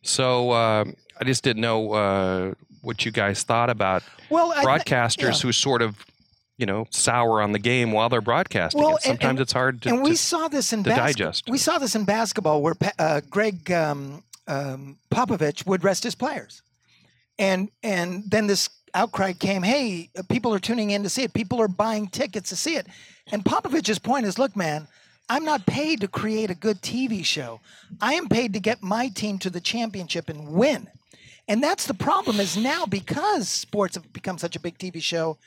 [SPEAKER 2] So um, I just didn't know uh, what you guys thought about
[SPEAKER 1] Well, I,
[SPEAKER 2] broadcasters who sort of, you know, sour on the game while they're broadcasting.
[SPEAKER 1] Well,
[SPEAKER 2] it.
[SPEAKER 1] and-
[SPEAKER 2] sometimes
[SPEAKER 1] and-
[SPEAKER 2] it's hard to.
[SPEAKER 1] and we
[SPEAKER 2] to-
[SPEAKER 1] saw this in
[SPEAKER 2] to
[SPEAKER 1] basket-
[SPEAKER 2] digest.
[SPEAKER 1] We saw this in basketball where Pa- uh, Greg um, um, Popovich would rest his players, and and then this outcry came. Hey, people are tuning in to see it. People are buying tickets to see it. And Popovich's point is, look, man, I'm not paid to create a good TV show. I am paid to get my team to the championship and win. And that's the problem is now because sports have become such a big TV show,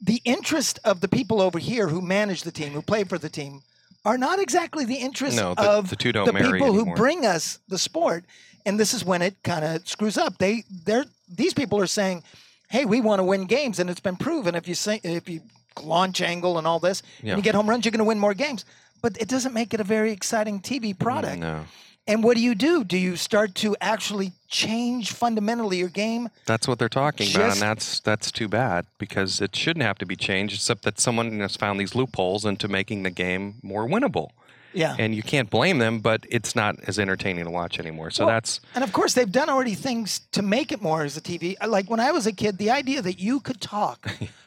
[SPEAKER 1] the interest of the people over here who manage the team, who play for the team, are not exactly the interest
[SPEAKER 2] No, the-
[SPEAKER 1] of
[SPEAKER 2] the two don't
[SPEAKER 1] the
[SPEAKER 2] marry
[SPEAKER 1] people who
[SPEAKER 2] anymore.
[SPEAKER 1] bring us the sport. And this is when it kind of screws up. They they're these people are saying, "Hey, we want to win games," and it's been proven if you say if you launch angle and all this,
[SPEAKER 2] Yeah.
[SPEAKER 1] and you get home runs, you're going to win more games. But it doesn't make it a very exciting TV product.
[SPEAKER 2] Mm, No,
[SPEAKER 1] And what do you do? Do you start to actually change fundamentally your game?
[SPEAKER 2] that's what they're talking about,
[SPEAKER 1] Just-
[SPEAKER 2] and that's that's too bad because it shouldn't have to be changed, except that someone has found these loopholes into making the game more winnable.
[SPEAKER 1] Yeah.
[SPEAKER 2] And you can't blame them, but it's not as entertaining to watch anymore. So
[SPEAKER 1] Well,
[SPEAKER 2] that's
[SPEAKER 1] And of course, they've done already things to make it more as a TV. Like when I was a kid, the idea that you could
[SPEAKER 2] [LAUGHS]
[SPEAKER 1] talk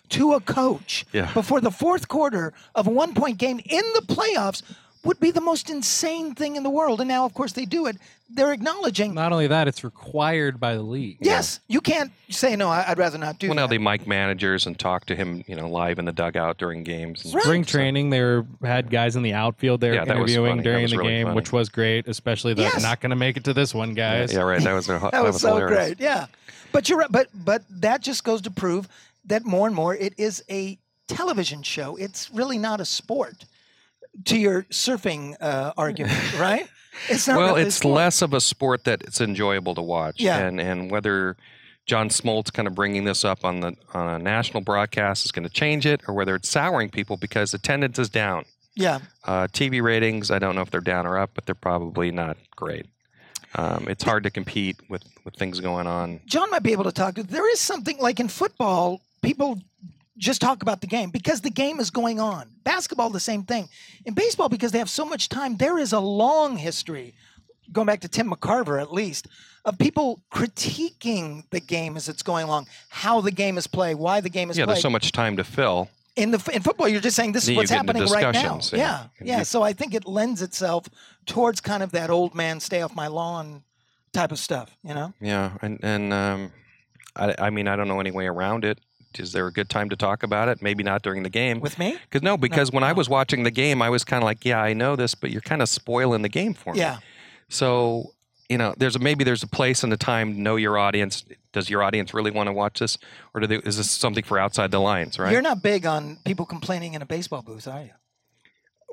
[SPEAKER 1] to a coach
[SPEAKER 2] Yeah.
[SPEAKER 1] before the fourth quarter of a one point game in the playoffs would be the most insane thing in the world. And now, of course, they do it. They're acknowledging,
[SPEAKER 3] Not only that, it's required by the league.
[SPEAKER 1] yes, you can't say, no, I- I'd rather not do
[SPEAKER 2] well now
[SPEAKER 1] that.
[SPEAKER 2] they mic managers and talk to him, you know, live in the dugout during games. and-
[SPEAKER 1] Right.
[SPEAKER 3] Spring training, they were, had guys in the outfield there
[SPEAKER 2] Yeah, that was
[SPEAKER 3] interviewing
[SPEAKER 2] funny. That
[SPEAKER 3] during
[SPEAKER 2] was
[SPEAKER 3] the
[SPEAKER 2] really
[SPEAKER 3] game,
[SPEAKER 2] funny.
[SPEAKER 3] which was great. Especially the
[SPEAKER 1] Yes.
[SPEAKER 3] not going to make it to this one,
[SPEAKER 2] Yeah, [LAUGHS]
[SPEAKER 3] guys.
[SPEAKER 2] yeah, right. That was
[SPEAKER 1] [LAUGHS]
[SPEAKER 2] their,
[SPEAKER 1] that was, so
[SPEAKER 2] hilarious.
[SPEAKER 1] great. Yeah, but you're right. But but that just goes to prove that more and more it is a television show. It's really not a sport. To your surfing uh, argument,
[SPEAKER 2] [LAUGHS]
[SPEAKER 1] right? It's not.
[SPEAKER 2] well
[SPEAKER 1] really a
[SPEAKER 2] it's
[SPEAKER 1] sport.
[SPEAKER 2] less of a sport that it's enjoyable to watch
[SPEAKER 1] Yeah.
[SPEAKER 2] and and whether john smoltz kind of bringing this up on the on a national broadcast is going to change it or whether it's souring people because attendance is down
[SPEAKER 1] Yeah,
[SPEAKER 2] uh, tv ratings i don't know if they're down or up but they're probably not great um, it's hard to compete with with things going on
[SPEAKER 1] John might be able to talk. to. There is something like in football, people just talk about the game because the game is going on. Basketball, the same thing. In baseball, because they have so much time, there is a long history, going back to Tim McCarver at least, of people critiquing the game as it's going along, how the game is played, why the game is
[SPEAKER 2] yeah
[SPEAKER 1] played.
[SPEAKER 2] there's so much time to fill
[SPEAKER 1] in the in football, you're just saying this
[SPEAKER 2] Then
[SPEAKER 1] is
[SPEAKER 2] you
[SPEAKER 1] what's
[SPEAKER 2] get into
[SPEAKER 1] happening right now.
[SPEAKER 2] discussions,
[SPEAKER 1] Yeah,
[SPEAKER 2] yeah.
[SPEAKER 1] yeah. So I think it lends itself towards kind of that old man stay off my lawn type of stuff. You know?
[SPEAKER 2] yeah and and um, I, I mean i don't know any way around it is there a good time to talk about it maybe not during the game
[SPEAKER 1] With me?
[SPEAKER 2] Because no, because when I was watching the game, I was kind of like, yeah, I know this, but you're kind of spoiling the game for me.
[SPEAKER 1] Yeah.
[SPEAKER 2] So you know, there's a, maybe there's a place and a time. to Know your audience. Does your audience really want to watch this, or do they, is this something for outside the lines? Right
[SPEAKER 1] You're not big on people complaining in a baseball booth, are you?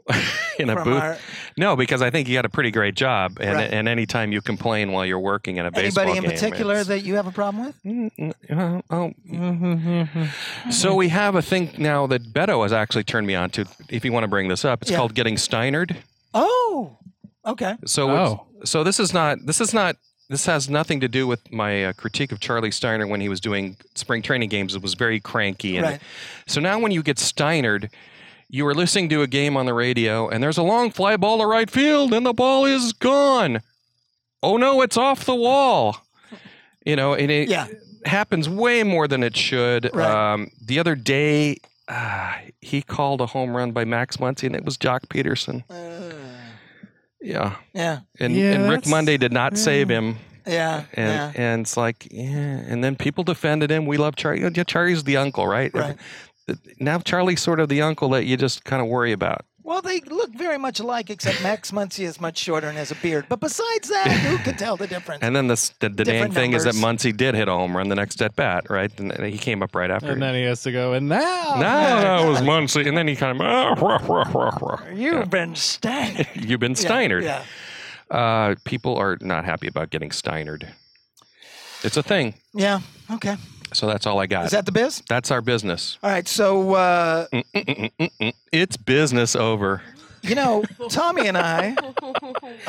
[SPEAKER 2] [LAUGHS] in a
[SPEAKER 1] from
[SPEAKER 2] booth.
[SPEAKER 1] our-
[SPEAKER 2] no, because I think you got a pretty great job, and
[SPEAKER 1] Right.
[SPEAKER 2] and any time you complain while you're working in a baseball
[SPEAKER 1] Anybody in
[SPEAKER 2] game,
[SPEAKER 1] particular
[SPEAKER 2] it's-
[SPEAKER 1] that you have a problem with?
[SPEAKER 2] Mm, mm, uh, oh,
[SPEAKER 3] Mhm.
[SPEAKER 2] So we have a thing now that Beto has actually turned me on to. If you want to bring this up, it's
[SPEAKER 1] Yeah.
[SPEAKER 2] called getting Steinered.
[SPEAKER 1] Oh, okay.
[SPEAKER 2] So it's-
[SPEAKER 3] oh,
[SPEAKER 2] so this is not this is not this has nothing to do with my uh, critique of Charlie Steiner when he was doing spring training games. It was very cranky, and
[SPEAKER 1] Right.
[SPEAKER 2] so now when you get Steinered, you are listening to a game on the radio, and there's a long fly ball to right field, and the ball is gone. Oh no, it's off the wall. You know, and it
[SPEAKER 1] Yeah.
[SPEAKER 2] happens way more than it should.
[SPEAKER 1] Right.
[SPEAKER 2] Um, the other day, uh, he called a home run by Max Muncy, and it was Jock Peterson.
[SPEAKER 1] Uh,
[SPEAKER 2] Yeah,
[SPEAKER 1] yeah,
[SPEAKER 2] and,
[SPEAKER 3] Yeah,
[SPEAKER 2] and Rick
[SPEAKER 3] that's-
[SPEAKER 2] Monday did not
[SPEAKER 1] Mm.
[SPEAKER 2] save him
[SPEAKER 1] yeah,
[SPEAKER 2] and
[SPEAKER 1] yeah.
[SPEAKER 2] and it's like yeah and then people defended him we love charlie you know, charlie's the uncle right,
[SPEAKER 1] Right.
[SPEAKER 2] now charlie's sort of the uncle that you just kind of worry about
[SPEAKER 1] Well, they look very much alike, except Max Muncy is much shorter and has a beard. But besides that, who could tell the difference?
[SPEAKER 2] and then this, the, the
[SPEAKER 1] Different
[SPEAKER 2] dang thing is that
[SPEAKER 1] numbers.
[SPEAKER 2] Muncie did hit a home run the next at bat right and he came up right after
[SPEAKER 3] and then he has to go. And now,
[SPEAKER 1] Oh,
[SPEAKER 2] no that was Muncie and then he kind of "Ah, rah, rah, rah, rah."
[SPEAKER 1] You've been
[SPEAKER 2] [LAUGHS]
[SPEAKER 1] staying.
[SPEAKER 2] you've been steinered
[SPEAKER 1] Yeah,
[SPEAKER 2] uh, people are not happy about getting steinered it's a thing
[SPEAKER 1] yeah. yeah. Okay.
[SPEAKER 2] so that's all I got
[SPEAKER 1] Is that the biz?
[SPEAKER 2] that's our business
[SPEAKER 1] All right. So uh,
[SPEAKER 2] Mm. it's business over
[SPEAKER 1] you know, Tommy and I.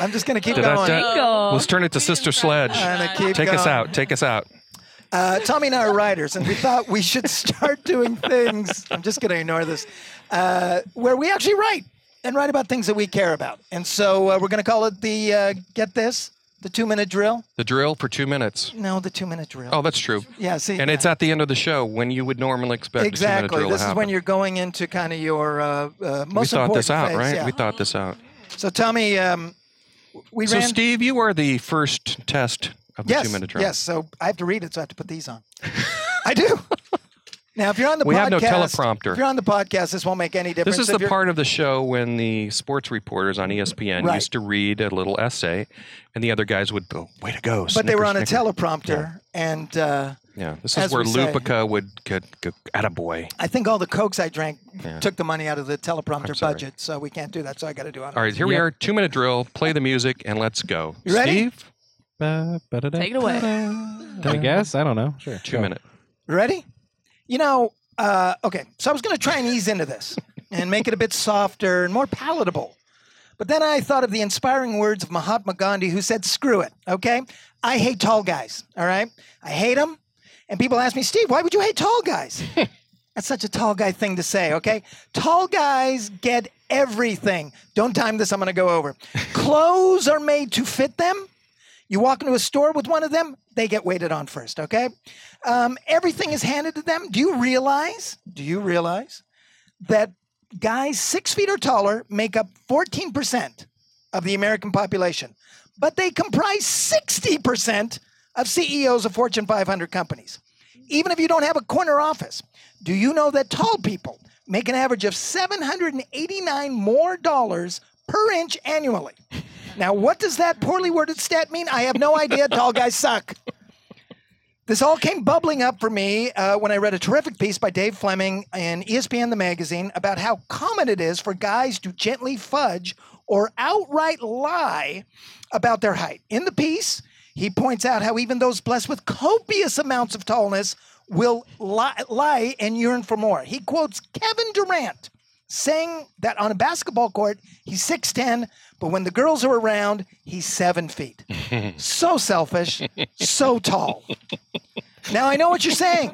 [SPEAKER 1] I'm just gonna keep
[SPEAKER 2] Did I
[SPEAKER 1] going.
[SPEAKER 2] say-
[SPEAKER 1] Oh,
[SPEAKER 4] Go.
[SPEAKER 2] let's turn it to Sister Sledge
[SPEAKER 1] And I keep
[SPEAKER 2] take us
[SPEAKER 1] going.
[SPEAKER 2] out take us out
[SPEAKER 1] Uh, Tommy and I are writers, and we thought we should start doing things. I'm just going to ignore this, uh, where we actually write and write about things that we care about. And so uh, we're going to call it the uh, get this, the two minute drill.
[SPEAKER 2] The drill for two minutes.
[SPEAKER 1] No, the two minute drill.
[SPEAKER 2] Oh, that's true.
[SPEAKER 1] yeah. See,
[SPEAKER 2] And it's at the end of the show when you would normally expect a two-minute
[SPEAKER 1] exactly.
[SPEAKER 2] drill
[SPEAKER 1] This is
[SPEAKER 2] to happen.
[SPEAKER 1] when you're going into kind of your uh, uh, most
[SPEAKER 2] we thought
[SPEAKER 1] important
[SPEAKER 2] this out,
[SPEAKER 1] phase,
[SPEAKER 2] right?
[SPEAKER 1] yeah.
[SPEAKER 2] We thought this out.
[SPEAKER 1] so Tommy, um, we
[SPEAKER 2] So,
[SPEAKER 1] ran.
[SPEAKER 2] Steve, you are the first test of the
[SPEAKER 1] yes,
[SPEAKER 2] two-minute drill. [LAUGHS]
[SPEAKER 1] yes. So I have to read it, so I have to put these on. I do. Now, if you're on the
[SPEAKER 2] We
[SPEAKER 1] podcast,
[SPEAKER 2] have no
[SPEAKER 1] If
[SPEAKER 2] teleprompter.
[SPEAKER 1] you're on the podcast, this won't make any difference.
[SPEAKER 2] This is
[SPEAKER 1] If
[SPEAKER 2] the
[SPEAKER 1] you're-
[SPEAKER 2] part of the show when the sports reporters on E ESPN
[SPEAKER 1] Right.
[SPEAKER 2] used to read a little essay, and the other guys would go, "Way to go!"
[SPEAKER 1] But they were on a
[SPEAKER 2] Snicker, Snicker."
[SPEAKER 1] teleprompter, and uh,
[SPEAKER 2] Yeah, this
[SPEAKER 1] as
[SPEAKER 2] is where
[SPEAKER 1] we say.
[SPEAKER 2] Lupica would get, get at a boy.
[SPEAKER 1] I think all the cokes I drank
[SPEAKER 2] Yeah.
[SPEAKER 1] took the money out of the teleprompter
[SPEAKER 2] sorry.
[SPEAKER 1] budget, so we can't do that. So I got to do it.
[SPEAKER 2] All right, here we
[SPEAKER 3] Yep.
[SPEAKER 2] are. Two minute drill. Play the music and let's go.
[SPEAKER 1] You ready?
[SPEAKER 2] Steve,
[SPEAKER 4] Take
[SPEAKER 3] Take
[SPEAKER 4] it away.
[SPEAKER 3] I guess I don't know. Sure.
[SPEAKER 2] two
[SPEAKER 3] Go.
[SPEAKER 2] minute.
[SPEAKER 1] Ready? You know, uh, okay. So I was going to try and ease into this and make it a bit softer and more palatable. But then I thought of the inspiring words of Mahatma Gandhi, who said, screw it, okay? I hate tall guys, all right? I hate them. And people ask me, Steve, why would you hate tall guys? That's such a tall guy thing to say, okay? Tall guys get everything. Don't time this, I'm gonna go over. Clothes are made to fit them. You walk into a store with one of them, they get waited on first, okay? Um, everything is handed to them. Do you realize? Do you realize that guys six feet or taller make up 14% of the American population, but they comprise 60% of CEOs of Fortune 500 companies. Even if you don't have a corner office, do you know that tall people make an average of 789 more dollars per inch annually? Now, what does that poorly worded stat mean? I have no idea. Tall guys suck. This all came bubbling up for me uh, when I read a terrific piece by Dave Fleming in E ESPN The Magazine about how common it is for guys to gently fudge or outright lie about their height. In the piece, he points out how even those blessed with copious amounts of tallness will lie, lie and yearn for more. He quotes Kevin Durant saying that on a basketball court, he's 6'10, but when the girls are around, he's seven feet. so selfish, so tall. Now I know what you're saying.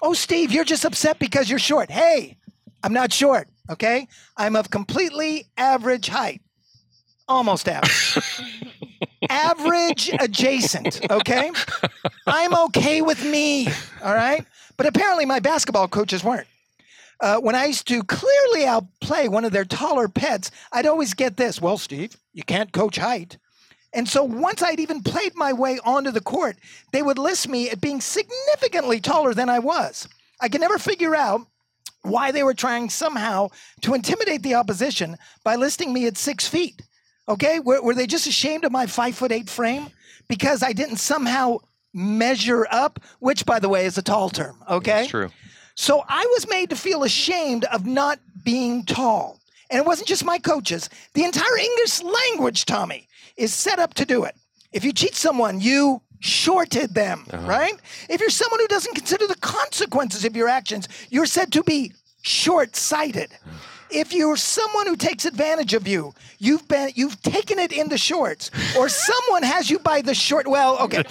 [SPEAKER 1] Oh, Steve, you're just upset because you're short. Hey, I'm not short, okay? I'm of completely average height. Almost average. average adjacent, okay? I'm okay with me, all right? But apparently my basketball coaches weren't. Uh, when I used to clearly outplay one of their taller pets, I'd always get this Well, Steve, you can't coach height. And so once I'd even played my way onto the court, they would list me at being significantly taller than I was. I could never figure out why they were trying somehow to intimidate the opposition by listing me at six feet. Okay, were, were they just ashamed of my five foot eight frame because I didn't somehow measure up, which by the way is a tall term. Okay,
[SPEAKER 2] It's true.
[SPEAKER 1] so I was made to feel ashamed of not being tall. And it wasn't just my coaches, the entire English language, Tommy, is set up to do it. If you cheat someone, you shorted them, right? If you're someone who doesn't consider the consequences of your actions, you're said to be short sighted. If you're someone who takes advantage of you, you've been you've taken it in the shorts, or someone has you by the short. Well, okay,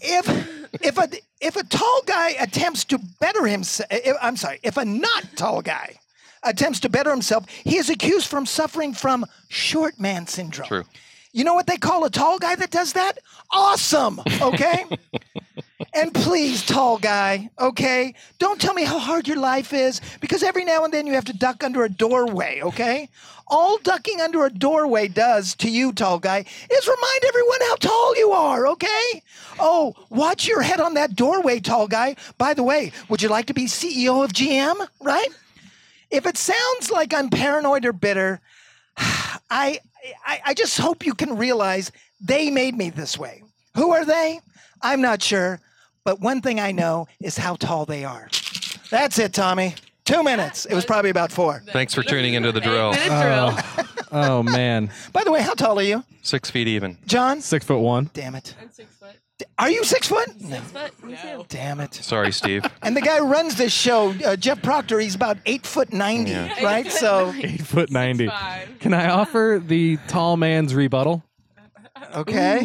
[SPEAKER 1] if if a if a tall guy attempts to better himself, I'm sorry, if a not tall guy attempts to better himself, he is accused from suffering from short man syndrome.
[SPEAKER 2] True.
[SPEAKER 1] You know what they call a tall guy that does that? Awesome. Okay. and please, tall guy. Okay. Don't tell me how hard your life is because every now and then you have to duck under a doorway. Okay. All ducking under a doorway does to you, tall guy, is remind everyone how tall you are. Okay. Oh, watch your head on that doorway, tall guy. By the way, would you like to be CEO of GM? Right. If it sounds like I'm paranoid or bitter, I, I I just hope you can realize they made me this way. Who are they? I'm not sure, but one thing I know is how tall they are. That's it, Tommy. Two minutes. It was probably about four.
[SPEAKER 2] Thanks for tuning into the drill.
[SPEAKER 4] Minute
[SPEAKER 1] Uh,
[SPEAKER 4] [LAUGHS] drill.
[SPEAKER 3] Oh man,
[SPEAKER 1] By the way, how tall are you,
[SPEAKER 2] Six feet even.
[SPEAKER 1] John?
[SPEAKER 3] six foot one.
[SPEAKER 1] Damn it.
[SPEAKER 4] I'm six foot.
[SPEAKER 1] Are you six foot? No.
[SPEAKER 4] Six foot. Me too.
[SPEAKER 1] Damn it.
[SPEAKER 2] Sorry, Steve.
[SPEAKER 1] And the guy who runs this show, uh, Jeff Proctor. He's about eight foot ninety, right? So
[SPEAKER 3] Eight foot ninety.
[SPEAKER 4] Five.
[SPEAKER 3] Can I offer the tall man's rebuttal?
[SPEAKER 1] okay.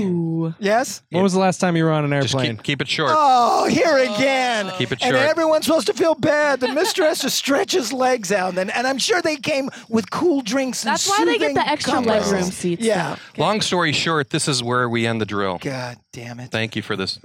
[SPEAKER 1] Yes.
[SPEAKER 3] When was the last time you were on an
[SPEAKER 2] Just
[SPEAKER 3] airplane?
[SPEAKER 2] keep, keep it short.
[SPEAKER 1] Oh, here again.
[SPEAKER 2] Keep it
[SPEAKER 1] and
[SPEAKER 2] short.
[SPEAKER 1] everyone's supposed to feel bad. The mister has to stretch his legs out. And, and I'm sure they came with cool drinks and
[SPEAKER 4] That's why they get
[SPEAKER 1] soothing
[SPEAKER 4] the extra
[SPEAKER 1] compresses.
[SPEAKER 4] legroom seats,
[SPEAKER 1] Yeah.
[SPEAKER 2] Long story short, this is where we end the drill.
[SPEAKER 1] God damn it.
[SPEAKER 2] Thank you for this